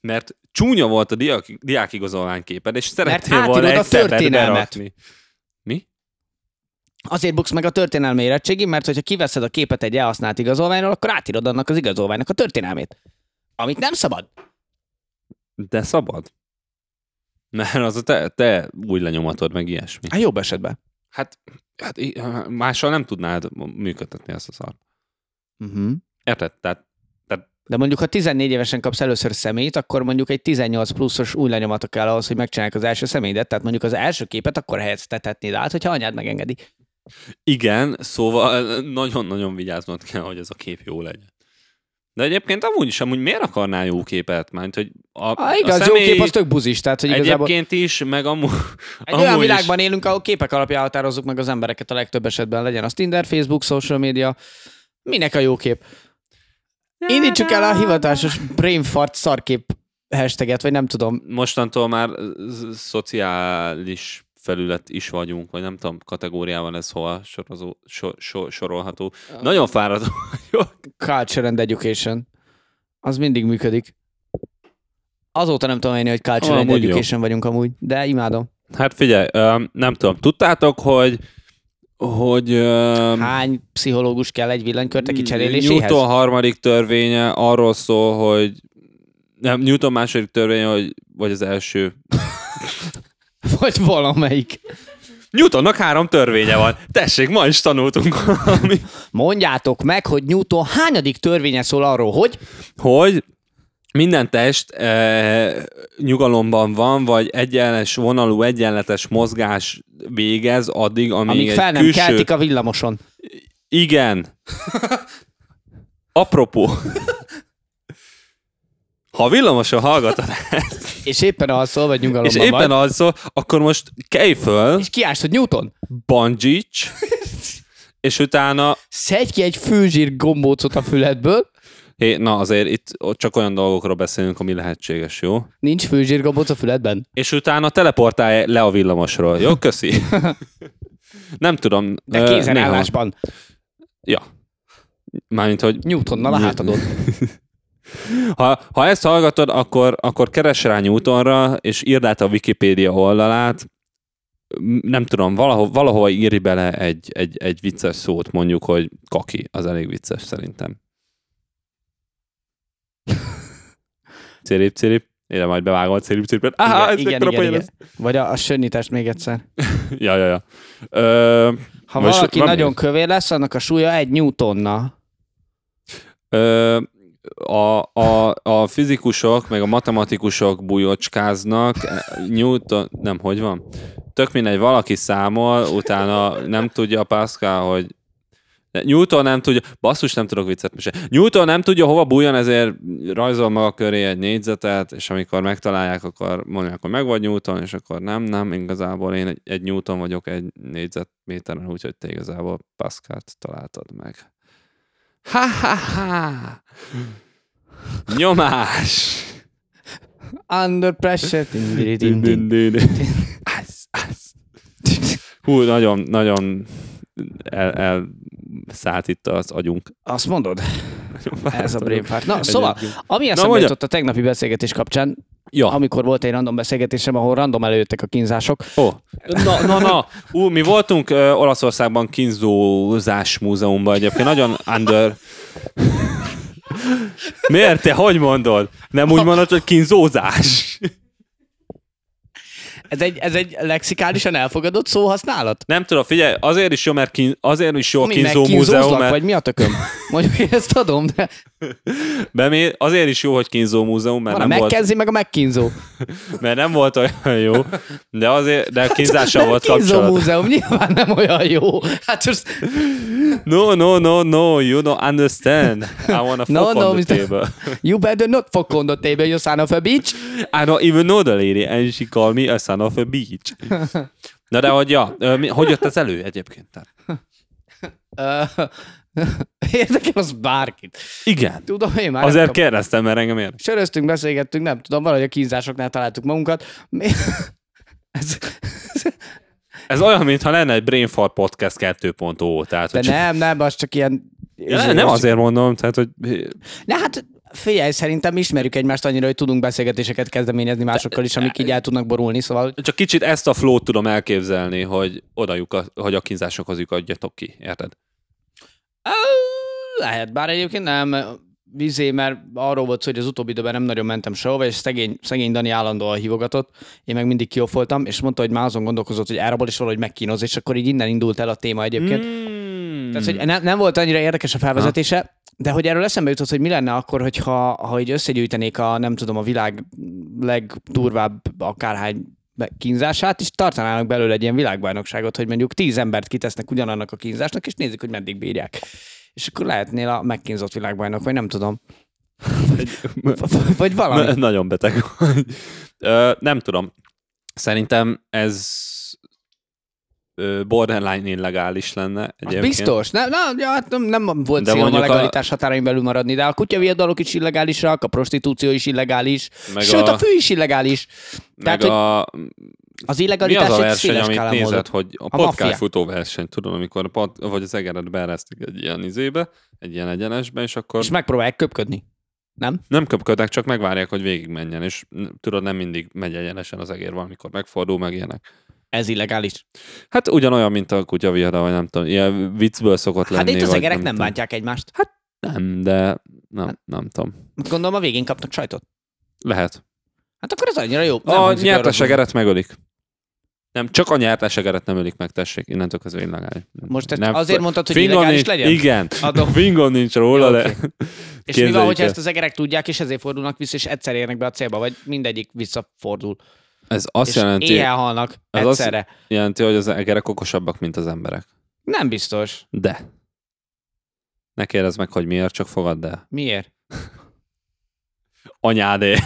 S2: mert csúnya volt a diák, diákigazolványképed, és szerettél
S1: átírod
S2: volna
S1: a
S2: egy szebbet
S1: történelmet.
S2: berakni. Mi?
S1: Azért buksz meg a történelmi érettségin, mert hogyha kiveszed a képet egy elhasznált igazolványról, akkor átírod annak az igazolványnak a történelmét. Amit nem szabad.
S2: De szabad. Mert az a te, te új lenyomatod, meg ilyesmi.
S1: Hát jobb esetben.
S2: Hát, hát í- mással nem tudnád működtetni ezt a szart.
S1: Uh-huh.
S2: Érted? Tehát
S1: De mondjuk, ha 14 évesen kapsz először személyt, akkor mondjuk egy 18 pluszos új lenyomata kell ahhoz, hogy megcsinálják az első személyedet. Tehát mondjuk az első képet akkor helyeztethetnéd át, hogyha anyád megengedi.
S2: igen, szóval nagyon-nagyon vigyáznod kell, hogy ez a kép jó legyen. De egyébként amúgy is, amúgy miért akarnál jó képet? Mert hogy a,
S1: Ah, igaz,
S2: a
S1: személy...
S2: személy
S1: jó kép az tök buzis, tehát hogy igazából
S2: egyébként is, meg amúgy,
S1: egy olyan
S2: amúgy
S1: világban élünk, ahol képek alapján határozzuk meg az embereket a legtöbb esetben, legyen az Tinder, Facebook, social media, minek a jó kép.
S2: is.
S1: Indítsuk el a hivatásos brainfart szarkép hashtaget, vagy nem tudom.
S2: Mostantól már z- szociális felület is vagyunk, vagy nem tudom, kategóriában ez hova sorozó, so, so, sorolható. Nagyon fáradó vagyok.
S1: Culture and Education. Az mindig működik. Azóta nem tudom én, hogy Culture and
S2: Amúgy jó.
S1: Education vagyunk amúgy, de imádom.
S2: Hát figyelj, öm, nem tudom, tudtátok, hogy hogy öm,
S1: Hány pszichológus kell egy villanykörte kicseréléséhez?
S2: Mm, Newton harmadik törvénye arról szól, hogy nem, Newton második törvénye, hogy, vagy az első.
S1: Vagy valamelyik.
S2: Newtonnak három törvénye van. Tessék, ma is tanultunk valami.
S1: Mondjátok meg, hogy Newton hányadik törvénye szól arról, hogy
S2: hogy minden test e, nyugalomban van, vagy egyenes vonalú, egyenletes mozgás végez addig, amíg,
S1: amíg
S2: egy
S1: fel nem
S2: külső...
S1: keltik a villamoson.
S2: Igen. Apropó. Ha villamosan hallgatod ezt,
S1: És éppen alszol, vagy
S2: és
S1: nyugalomban
S2: éppen
S1: vagy.
S2: az szól, akkor most kelj föl,
S1: És kiállsz, hogy Newton,
S2: bandzsíts, és utána
S1: szedj ki egy főzsír gombócot a füledből.
S2: Hé, na azért itt csak olyan dolgokról beszélünk, ami lehetséges, jó?
S1: Nincs főzsír gombóc a füledben?
S2: És utána teleportálj le a villamosról. Jó, köszi. Nem tudom.
S1: De
S2: ö,
S1: kézenállásban.
S2: néha. Ja. Mármint, hogy
S1: Newtonnal a hátadon.
S2: ha, ha ezt hallgatod, akkor, akkor keres rá Newtonra, és írd át a Wikipédia oldalát. M- Nem tudom, valahova, valahova írj bele egy, egy, egy vicces szót, mondjuk, hogy kaki, az elég vicces szerintem. Cirip, cirip. Ére majd bevágom a cirip, ciripet. Aha,
S1: Igen,
S2: ez
S1: igen,
S2: mekkora
S1: igen,
S2: poén
S1: igen. Vagy a, a sönnyítást még egyszer.
S2: lesz. Ja, ja, ja. Ö,
S1: Ha
S2: Vagy
S1: valaki
S2: so- van
S1: nagyon
S2: még?
S1: kövér lesz, annak a súlya egy newtonna.
S2: Ö, a, a, a fizikusok, meg a matematikusok bujocskáznak, Newton, nem, hogy van? Tök mindegy, valaki számol, utána nem tudja Pascal, hogy Newton nem tudja, basszus nem tudok viccet mesélni. Newton nem tudja hova bújjon, ezért rajzol maga köré egy négyzetet, és amikor megtalálják, akkor mondják, hogy meg vagy Newton, és akkor nem, nem, igazából én egy, egy Newton vagyok egy négyzetméteren, úgyhogy te igazából Pascalt találtad meg. Ha-ha-ha! Nyomás!
S1: Under pressure. Din, din, din, din.
S2: Az, az. Hú, nagyon, nagyon el, elszállt itt az agyunk.
S1: Azt mondod?
S2: Nagyon
S1: Ez a
S2: fáradt vagyok.
S1: brainfart. Na, szóval,
S2: Egyébként.
S1: ami eszembe
S2: mondja.
S1: jutott a tegnapi beszélgetés kapcsán,
S2: Ja,
S1: amikor volt egy random beszélgetésem, ahol random előjöttek a kínzások.
S2: ó. Na, na, na. Ú, mi voltunk ö, Olaszországban kínzózás múzeumban egyébként. Nagyon under... Miért? Te hogy mondod? Nem úgy mondod, hogy kínzózás?
S1: Ez egy, ez egy lexikálisan elfogadott szóhasználat?
S2: Nem tudom, figyelj, azért is jó, mert kín, azért is jó a
S1: Mi, meg
S2: kínzó múzeum,
S1: kínzóznak,
S2: mert
S1: vagy mi a tököm? Mondjuk én ezt adom, de
S2: Bemé, azért is jó, hogy kínzó múzeum, mert
S1: van a
S2: nem, volt,
S1: McKenzie, meg a megkínzó.
S2: mert nem volt olyan jó, de azért,
S1: Hát
S2: de kínzással volt
S1: kínzó
S2: kapcsolat.
S1: múzeum nyilván nem olyan jó. Hát most
S2: No, no, no, no, you don't understand. I wanna fuck
S1: No,
S2: on
S1: no,
S2: the
S1: Mr.
S2: table.
S1: you better not fuck on the table, you son of a bitch.
S2: I don't even know the lady, and she called me a son of a bitch. Na de hogy, ja, ö, mi- hogy jött ez elő egyébként? Tehát,
S1: Ö, Uh, Érdekel az bárkit.
S2: igen.
S1: Tudom, én már
S2: Azért
S1: Azért nem
S2: kérdeztem, mert engem ér.
S1: tudom. Söröztünk, beszélgettünk, nem tudom, valahogy a kínzásoknál találtuk magunkat. Mi- Ez,
S2: Ez olyan, mintha lenne egy Brain Fart Podcast 2.0. Tehát,
S1: de
S2: hogy
S1: nem, nem, az csak ilyen...
S2: Ja, nem azért mondom, tehát, hogy
S1: De hát figyelj, szerintem ismerjük egymást annyira, hogy tudunk beszélgetéseket kezdeményezni másokkal is, amik így el tudnak borulni, szóval
S2: Csak kicsit ezt a flót tudom elképzelni, hogy oda lyuka, hogy a kínzásokhoz lyukadjatok ki, érted?
S1: Á, lehet, bár egyébként nem vizé, mert arról volt szó, hogy az utóbbi időben nem nagyon mentem sehova, és szegény, szegény Dani állandóan hívogatott, én meg mindig kiofoltam, és mondta, hogy már azon gondolkozott, hogy árabol és valahogy megkínoz, és akkor így innen indult el a téma egyébként.
S2: Mm.
S1: Tehát, hogy ne, nem volt annyira érdekes a felvezetése, de hogy erről eszembe jutott, hogy mi lenne akkor, hogyha ha így összegyűjtenék a, nem tudom, a világ legdurvább akárhány be- kínzását, és tartanának belőle egy ilyen világbajnokságot, hogy mondjuk tíz embert kitesznek ugyanannak a kínzásnak, és nézzük, hogy meddig bírják. És akkor lehetnél a megkínzott világbajnok, vagy nem tudom. Vagy valami.
S2: Na, nagyon beteg vagy. Ö, nem tudom. Szerintem ez ö, borderline illegális lenne
S1: Az
S2: egyébként.
S1: biztos. Nem, nem, ja, hát nem, nem volt de
S2: De
S1: célom a
S2: mondjuk a-
S1: legalitás határain belül maradni, de a kutyaviadalok is illegálisak, a prostitúció is illegális,
S2: Meg
S1: sőt a...
S2: a-
S1: fű is illegális.
S2: Meg
S1: Tehát, hogy
S2: a,
S1: az
S2: mi
S1: illegalitás
S2: az a
S1: egy
S2: verseny,
S1: széles
S2: amit
S1: skálán mozog.
S2: nézed, hogy a,
S1: A
S2: patkány
S1: maffia.
S2: futóverseny, tudom, amikor a pat, vagy az egeret beeresztik egy ilyen izébe, egy ilyen egyenesbe, és akkor
S1: És megpróbálják köpködni. Nem?
S2: Nem köpködnek, csak megvárják, hogy végigmenjen, és n- tudod, nem mindig megy egyenesen az egér valamikor megfordul, meg ilyenek.
S1: Ez illegális.
S2: Hát ugyanolyan, mint a kutyavihara, vagy nem tudom, ilyen viccből szokott lenni.
S1: Hát itt az
S2: vagy
S1: egerek nem
S2: tudom.
S1: bántják Hát- egymást. Hát
S2: Nem, de nem, nem tudom.
S1: Gondolom a végén kapnak sajtot.
S2: Lehet.
S1: Hát akkor ez annyira jó. Nem
S2: a
S1: hangzik olyan
S2: nyertes
S1: rosszul.
S2: egeret megölik. Nem, csak a nyertes egeret nem ölik meg, tessék, innentől közül illegális.
S1: Most ezt
S2: nem,
S1: azért mondtad, hogy
S2: Fingon
S1: illegális
S2: nincs,
S1: legyen?
S2: Igen.
S1: Adom.
S2: Fingon nincs róla,
S1: Jó,
S2: de
S1: oké. És mi van,
S2: Képzeljük
S1: hogyha
S2: el.
S1: ezt az egerek tudják, és ezért fordulnak vissza, és egyszer érnek be a célba, vagy mindegyik visszafordul.
S2: ez azt
S1: és
S2: jelenti,
S1: éhen halnak
S2: Ez azt-
S1: egyszerre.
S2: jelenti, hogy az egerek okosabbak, mint az emberek.
S1: Nem biztos.
S2: De. Ne kérdezz meg, hogy miért, csak fogad, de.
S1: Miért?
S2: anyádé.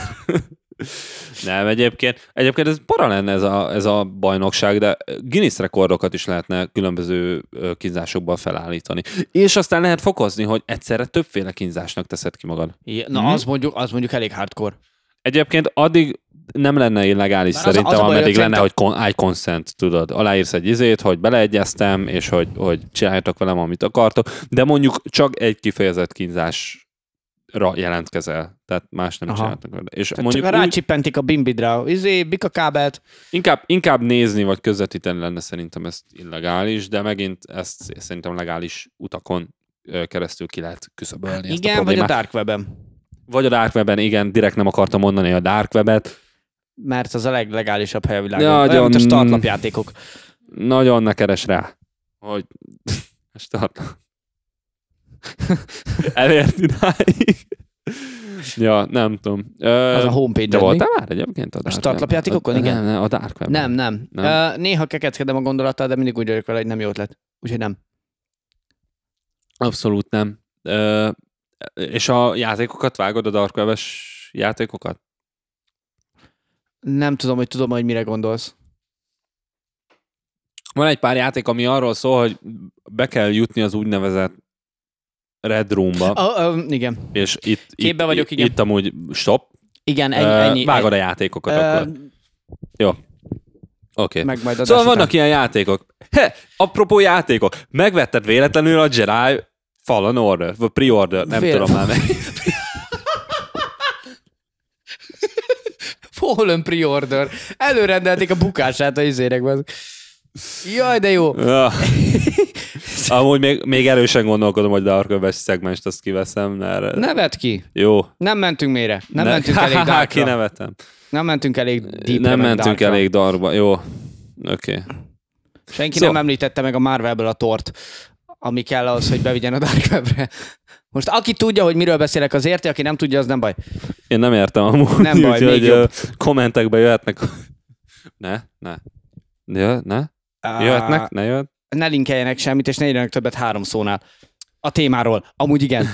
S2: Nem, egyébként, egyébként ez para lenne ez a, ez a bajnokság, de Guinness rekordokat is lehetne különböző ö, kínzásokból felállítani. És aztán lehet fokozni, hogy egyszerre többféle kínzásnak teszed ki magad.
S1: Ja, Na,
S2: Mhm.
S1: az, mondjuk, az mondjuk elég hardcore. Egyébként
S2: Egyébként addig nem lenne illegális
S1: Már az a-
S2: szerintem,
S1: az a baj,
S2: ameddig
S1: hogy
S2: lenne, hogy
S1: szerintem-
S2: kon, I consent, tudod. Aláírsz egy izét, hogy beleegyeztem, és hogy, hogy csináljatok velem, amit akartok, de mondjuk csak egy kifejezett kínzásra jelentkezel. Tehát más nem
S1: Aha.
S2: csináltak vele. És
S1: Mondjuk
S2: mondjuk
S1: Csak
S2: úgy,
S1: rácsippentik a bimbidra, izé, bika kábelt.
S2: Inkább, inkább nézni vagy közvetíteni lenne szerintem ezt illegális, de megint ezt szerintem legális utakon ö, keresztül ki lehet küszöbölni ezt a
S1: Igen, vagy a
S2: problémát.
S1: dark webben.
S2: vagy a dark webben, igen, direkt nem akartam mondani a dark webet.
S1: Mert az a leglegálisabb hely a világon.
S2: Ja,
S1: Ja, Olyan, mint a
S2: gyan-
S1: startlapjátékok.
S2: Nagyon ne keres rá, hogy start. Elért idáig. ja, nem tudom. Ö,
S1: Az a homepage
S2: te
S1: mi?
S2: voltál már egyébként a dark
S1: startlapjátékokon?
S2: webben?
S1: Igen.
S2: Nem, nem, a dark webben.
S1: Nem, nem.
S2: Nem.
S1: nem. Uh, néha kekedkedem a gondolattal, de mindig úgy vagyok vele, hogy nem jó ötlet. Úgyhogy nem.
S2: Abszolút nem. Ö, és a játékokat vágod, a dark webes játékokat?
S1: Nem tudom, hogy tudom, hogy mire gondolsz.
S2: Van egy pár játék, ami arról szól, hogy be kell jutni az úgynevezett Red Roomba,
S1: A, a, igen.
S2: és itt,
S1: képbe
S2: itt,
S1: vagyok,
S2: itt,
S1: igen.
S2: itt amúgy stop,
S1: Igen,
S2: ennyi,
S1: ennyi. ennyi
S2: vágod a játékokat
S1: Ö,
S2: akkor. Oké. Okay.
S1: Meg majd adás
S2: Szóval
S1: után.
S2: vannak ilyen játékok. He, apropó játékok, megvetted véletlenül a Jedi Fallen Order, vagy Pre-Order, nem
S1: Vél-
S2: tudom már meg.
S1: Fallen pre-order. Előrendelték a bukását a izérek. bazd. Jaj, de jó.
S2: Ja. Amúgy még, még erősen gondolkodom, hogy Dark Web-es szegmest azt kiveszem, mert ne.
S1: Nevet ki.
S2: jó.
S1: Nem mentünk mélyre. Nem
S2: Ne-
S1: mentünk elég
S2: Ha-ha-ha,
S1: darkra. Nem.
S2: Kinevetem.
S1: mentünk elég deepre,
S2: nem
S1: meg
S2: mentünk
S1: darkra.
S2: elég darba. Jó. Oké. Okay.
S1: Senki
S2: Szóval-
S1: nem említette meg a Marvelből a tort, ami kell ahhoz, hogy bevigyen a Dark Webre. Most aki tudja, hogy miről beszélek, az érti, aki nem tudja, az nem baj.
S2: Én nem értem amúgy,
S1: Nem baj, még
S2: úgyhogy
S1: jobb.
S2: ö, kommentekbe jöhetnek. Ne, ne. Jö, ne? Jöhetnek? Ne jöhet?
S1: Ne linkeljenek semmit, és ne írjanak többet három szónál. A témáról. Amúgy igen.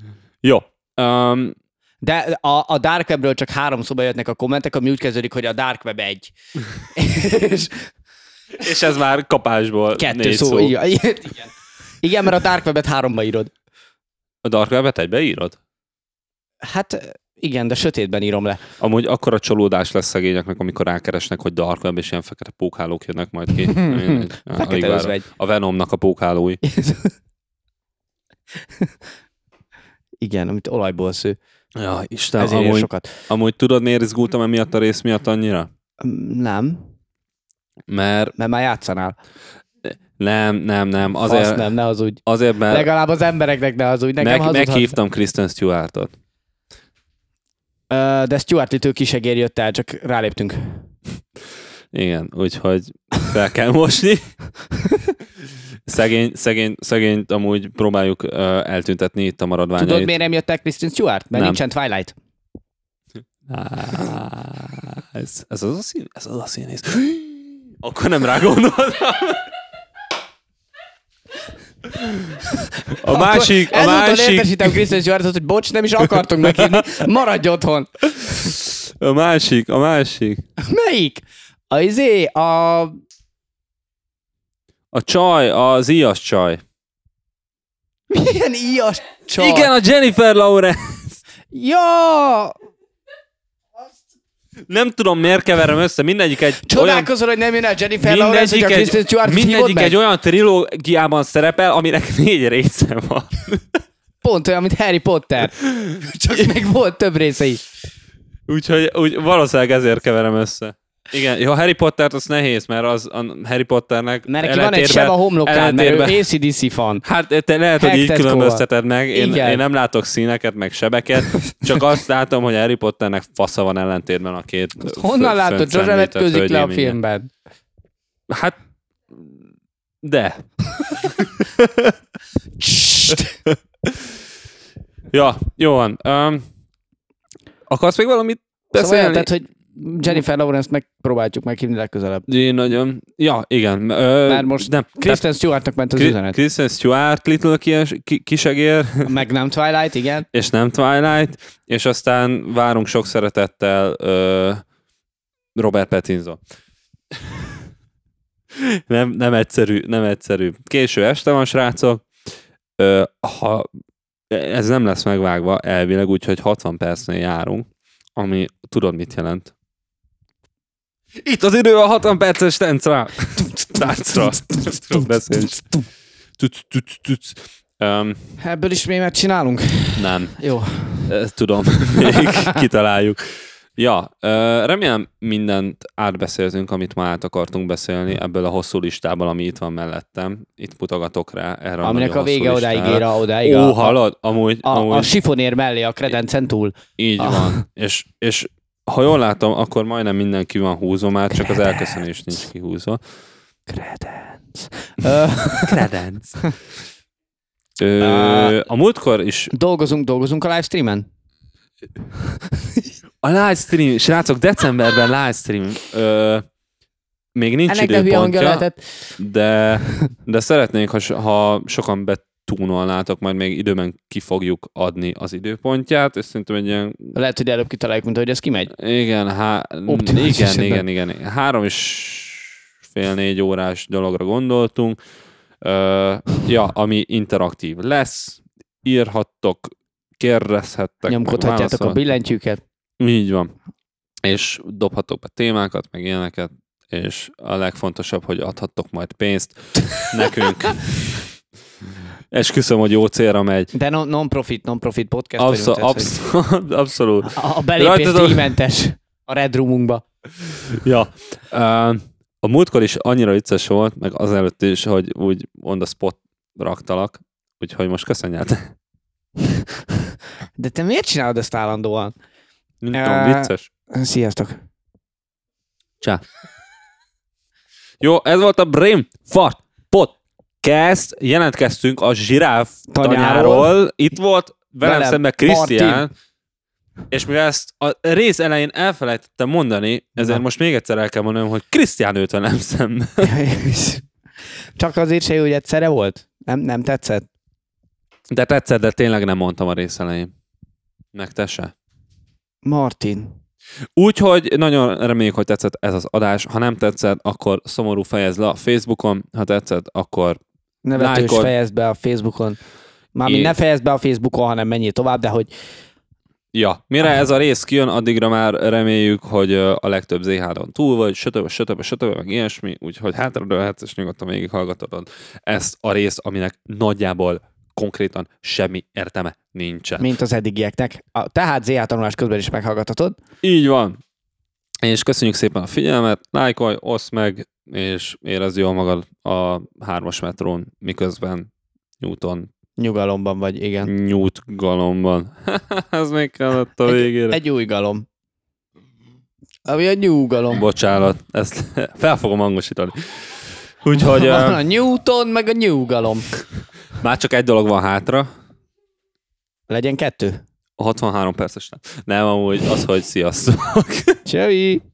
S2: Jó. Um,
S1: De a, a Dark Webről csak három szóba jöttnek a kommentek, ami úgy kezdődik, hogy a Dark Web egy. és
S2: és ez már kapásból
S1: kettő
S2: négy
S1: szó.
S2: szó.
S1: szó. Igen. igen. Igen, mert a Dark Webet háromba írod.
S2: A Dark Web-et egybe írod?
S1: Hát igen, de sötétben írom le.
S2: Amúgy akkor a csalódás lesz szegényeknek, amikor rákeresnek, hogy Dark Web, és ilyen fekete pókhálók jönnek majd ki. Mindegy. Alig
S1: Fekete
S2: várom.
S1: özvegy.
S2: A Venomnak a pókhálói.
S1: Igen, amit olajból sző.
S2: Ja, Isten,
S1: Ezért ír
S2: amúgy,
S1: sokat.
S2: amúgy tudod, miért izgultam emiatt a rész miatt annyira?
S1: Mm, Nem,
S2: Mert
S1: mert már játszanál.
S2: nem, nem, nem.
S1: Azért...
S2: Azért,
S1: Azt nem, ne az úgy.
S2: Azért, mert
S1: Legalább az embereknek ne az úgy. Nekem
S2: meg,
S1: meg,
S2: meghívtam Kristen Stewartot.
S1: De Stuart Little kisegér jött el, csak ráléptünk.
S2: Igen, úgyhogy fel kell mosni. Szegény, szegény, szegényt amúgy próbáljuk uh, eltüntetni itt a maradványait.
S1: Tudod, miért nem jött el Kristen Stewart? Mert
S2: Nem.
S1: nincsen Twilight.
S2: Á, ez, ez, az a szín, ez az a színész. Akkor nem rá gondoltam. A másik, a másik,
S1: értesítem Kristen Stewartot, hogy bocs, nem is akartunk meghívni, maradj otthon.
S2: a másik, a másik.
S1: Melyik? A izé, a...
S2: A csaj, az ias csaj.
S1: Milyen ilyas csaj?
S2: Igen, a Jennifer Lawrence.
S1: Ja!
S2: Nem tudom, miért keverem össze, mindegyik egy olyan...
S1: Csodálkozol, hogy nem jön el Jennifer Lawrence, hogy a Kristen Stewart hívod
S2: mindegyik
S1: meg?
S2: egy olyan trilógiában szerepel, aminek négy része van.
S1: Pont olyan, mint Harry Potter. Csak még volt több része is.
S2: Úgyhogy úgy, valószínűleg ezért keverem össze. Igen, jó, Harry Pottert az nehéz, mert az a Harry Potternek
S1: Mert neki van egy seb a homlokán, mert ő ACDC fan.
S2: Hát te lehet, hogy így
S1: Hektet
S2: különbözteted meg. Én,
S1: Igen.
S2: én, nem látok színeket, meg sebeket, csak azt látom, hogy Harry Potternek fasza van ellentétben a két
S1: Honnan
S2: fö-
S1: látod,
S2: fönt
S1: George Revet
S2: említett
S1: közik le a
S2: hölgyéménye.
S1: filmben?
S2: Hát, de.
S1: Csst!
S2: Ja, jó van. Um, akarsz még valamit
S1: Szóval
S2: beszélni?
S1: tehát, hogy Jennifer Lawrence megpróbáljuk meghívni legközelebb.
S2: Én nagyon... Ja, igen. Ö,
S1: Már most
S2: nem.
S1: Kristen Stewartnak ment az
S2: Kri-
S1: üzenet.
S2: Kristen Stewart, Little Kies, ki, Kisegér,
S1: Meg nem Twilight, igen.
S2: és nem Twilight, és aztán várunk sok szeretettel ö, Robert Pattinson. nem, nem egyszerű, nem egyszerű. Késő este van, srácok. Ö, ha ez nem lesz megvágva elvileg, úgyhogy 60 percnél járunk, ami tudod mit jelent. Itt az idő a 60 perces táncra. Táncra. Beszélj. Tuc, tuc, tuc. Öm,
S1: Ebből is mémet csinálunk.
S2: nem.
S1: Jó.
S2: Ezt tudom, még kitaláljuk. Ja, ö, remélem mindent átbeszélzünk, amit ma át akartunk beszélni ebből a hosszú listából, ami itt van mellettem. Itt mutogatok rá erre
S1: Aminek
S2: nagyon
S1: a vége
S2: hosszú
S1: odáig ér,
S2: listára.
S1: a- odáig.
S2: Ó,
S1: A, a,
S2: halad, amúgy,
S1: a,
S2: amúgy
S1: a sifonér mellé, a kredencen túl.
S2: így
S1: a-
S2: van. És, és ha jól látom, akkor majdnem mindenki van húzva már, csak az elköszönés nincs kihúzva.
S1: Kredenc. Ö,
S2: Kredenc. Ö, a múltkor is
S1: dolgozunk, dolgozunk a livestreamen?
S2: A livestream, srácok, decemberben livestream. Ö, még nincs
S1: Ennek de hülye hangja
S2: időpontja,
S1: lehetett.
S2: de, de szeretnénk, ha, so- ha sokan betúnolnátok, majd még időben ki fogjuk adni az időpontját, és szerintem egy ilyen,
S1: Lehet, hogy előbb kitaláljuk, mint hogy ez kimegy.
S2: igen, há,
S1: Optimális
S2: igen,
S1: esetben.
S2: igen, igen, három és fél négy órás dologra gondoltunk. Ö, ja, ami interaktív lesz, írhattok, kérdezhettek, meg
S1: Nyomkodhatjátok a
S2: válaszolhattok.
S1: billentyűket.
S2: Így van. És dobhatok be témákat, meg ilyeneket, és a legfontosabb, hogy adhattok majd pénzt nekünk. Esküszöm, hogy jó célra megy.
S1: De non- non-profit, non-profit podcast
S2: Abszol-
S1: vagyunk. tehát,
S2: absz- abszolút.
S1: hogy a, a belépés
S2: Rajtatok-
S1: díjmentes a Red Room-unkba.
S2: Ja. Ö, A múltkor is annyira vicces volt, meg azelőtt is, hogy úgy on the spot raktalak, úgyhogy most köszönjed.
S1: De te miért csinálod ezt állandóan?
S2: Nem tudom, vicces.
S1: Sziasztok.
S2: Jó, ez volt a Brain Fart Podcast. Jelentkeztünk a zsiráf
S1: Tanyáról.
S2: tanyáról. Itt volt velem
S1: Velem,
S2: szemben Krisztián. És mivel ezt a rész elején elfelejtettem mondani, ezért
S1: Na.
S2: most még egyszer el kell mondanom, hogy Krisztián őt velem szemben.
S1: Csak azért se jó, hogy egyszerre volt? Nem, nem tetszett?
S2: De tetszett, de tényleg nem mondtam a rész elején. Meg te se.
S1: Martin.
S2: Úgyhogy nagyon reméljük, hogy tetszett ez az adás. Ha nem tetszett, akkor szomorú fejez le a Facebookon. Ha tetszett, akkor
S1: Nevetős
S2: Lájkol.
S1: fejezd be a Facebookon. Mármint
S2: Én-
S1: ne fejezd be a Facebookon, hanem menjél tovább, de hogy
S2: Ja, mire ez a rész kijön, addigra már reméljük, hogy ö, a legtöbb ZH-on túl vagy, stb. stb. stb. meg ilyesmi, úgyhogy hátradőlhetsz, és nyugodtan végighallgatod ezt a részt, aminek nagyjából konkrétan semmi értelme nincsen.
S1: mint az eddigieknek. A, tehát ZH tanulás közben is meghallgathatod.
S2: Így van. És köszönjük szépen a figyelmet, lájkolj, oszd meg, és érezd jól magad a hármas metrón, miközben Newton
S1: Nyugalomban vagy, igen.
S2: nyújt galomban. ez még kellett a végére.
S1: Egy új galom. Ami a nyúgalom.
S2: Bocsánat, ezt fel fogom hangosítani. Úgyhogy
S1: Van
S2: uh,
S1: a Newton, meg a nyúgalom.
S2: már csak egy dolog van hátra,
S1: Legyen kettő.
S2: a 63 perces nem. Nem, amúgy az, hogy sziasztok.
S1: Csai!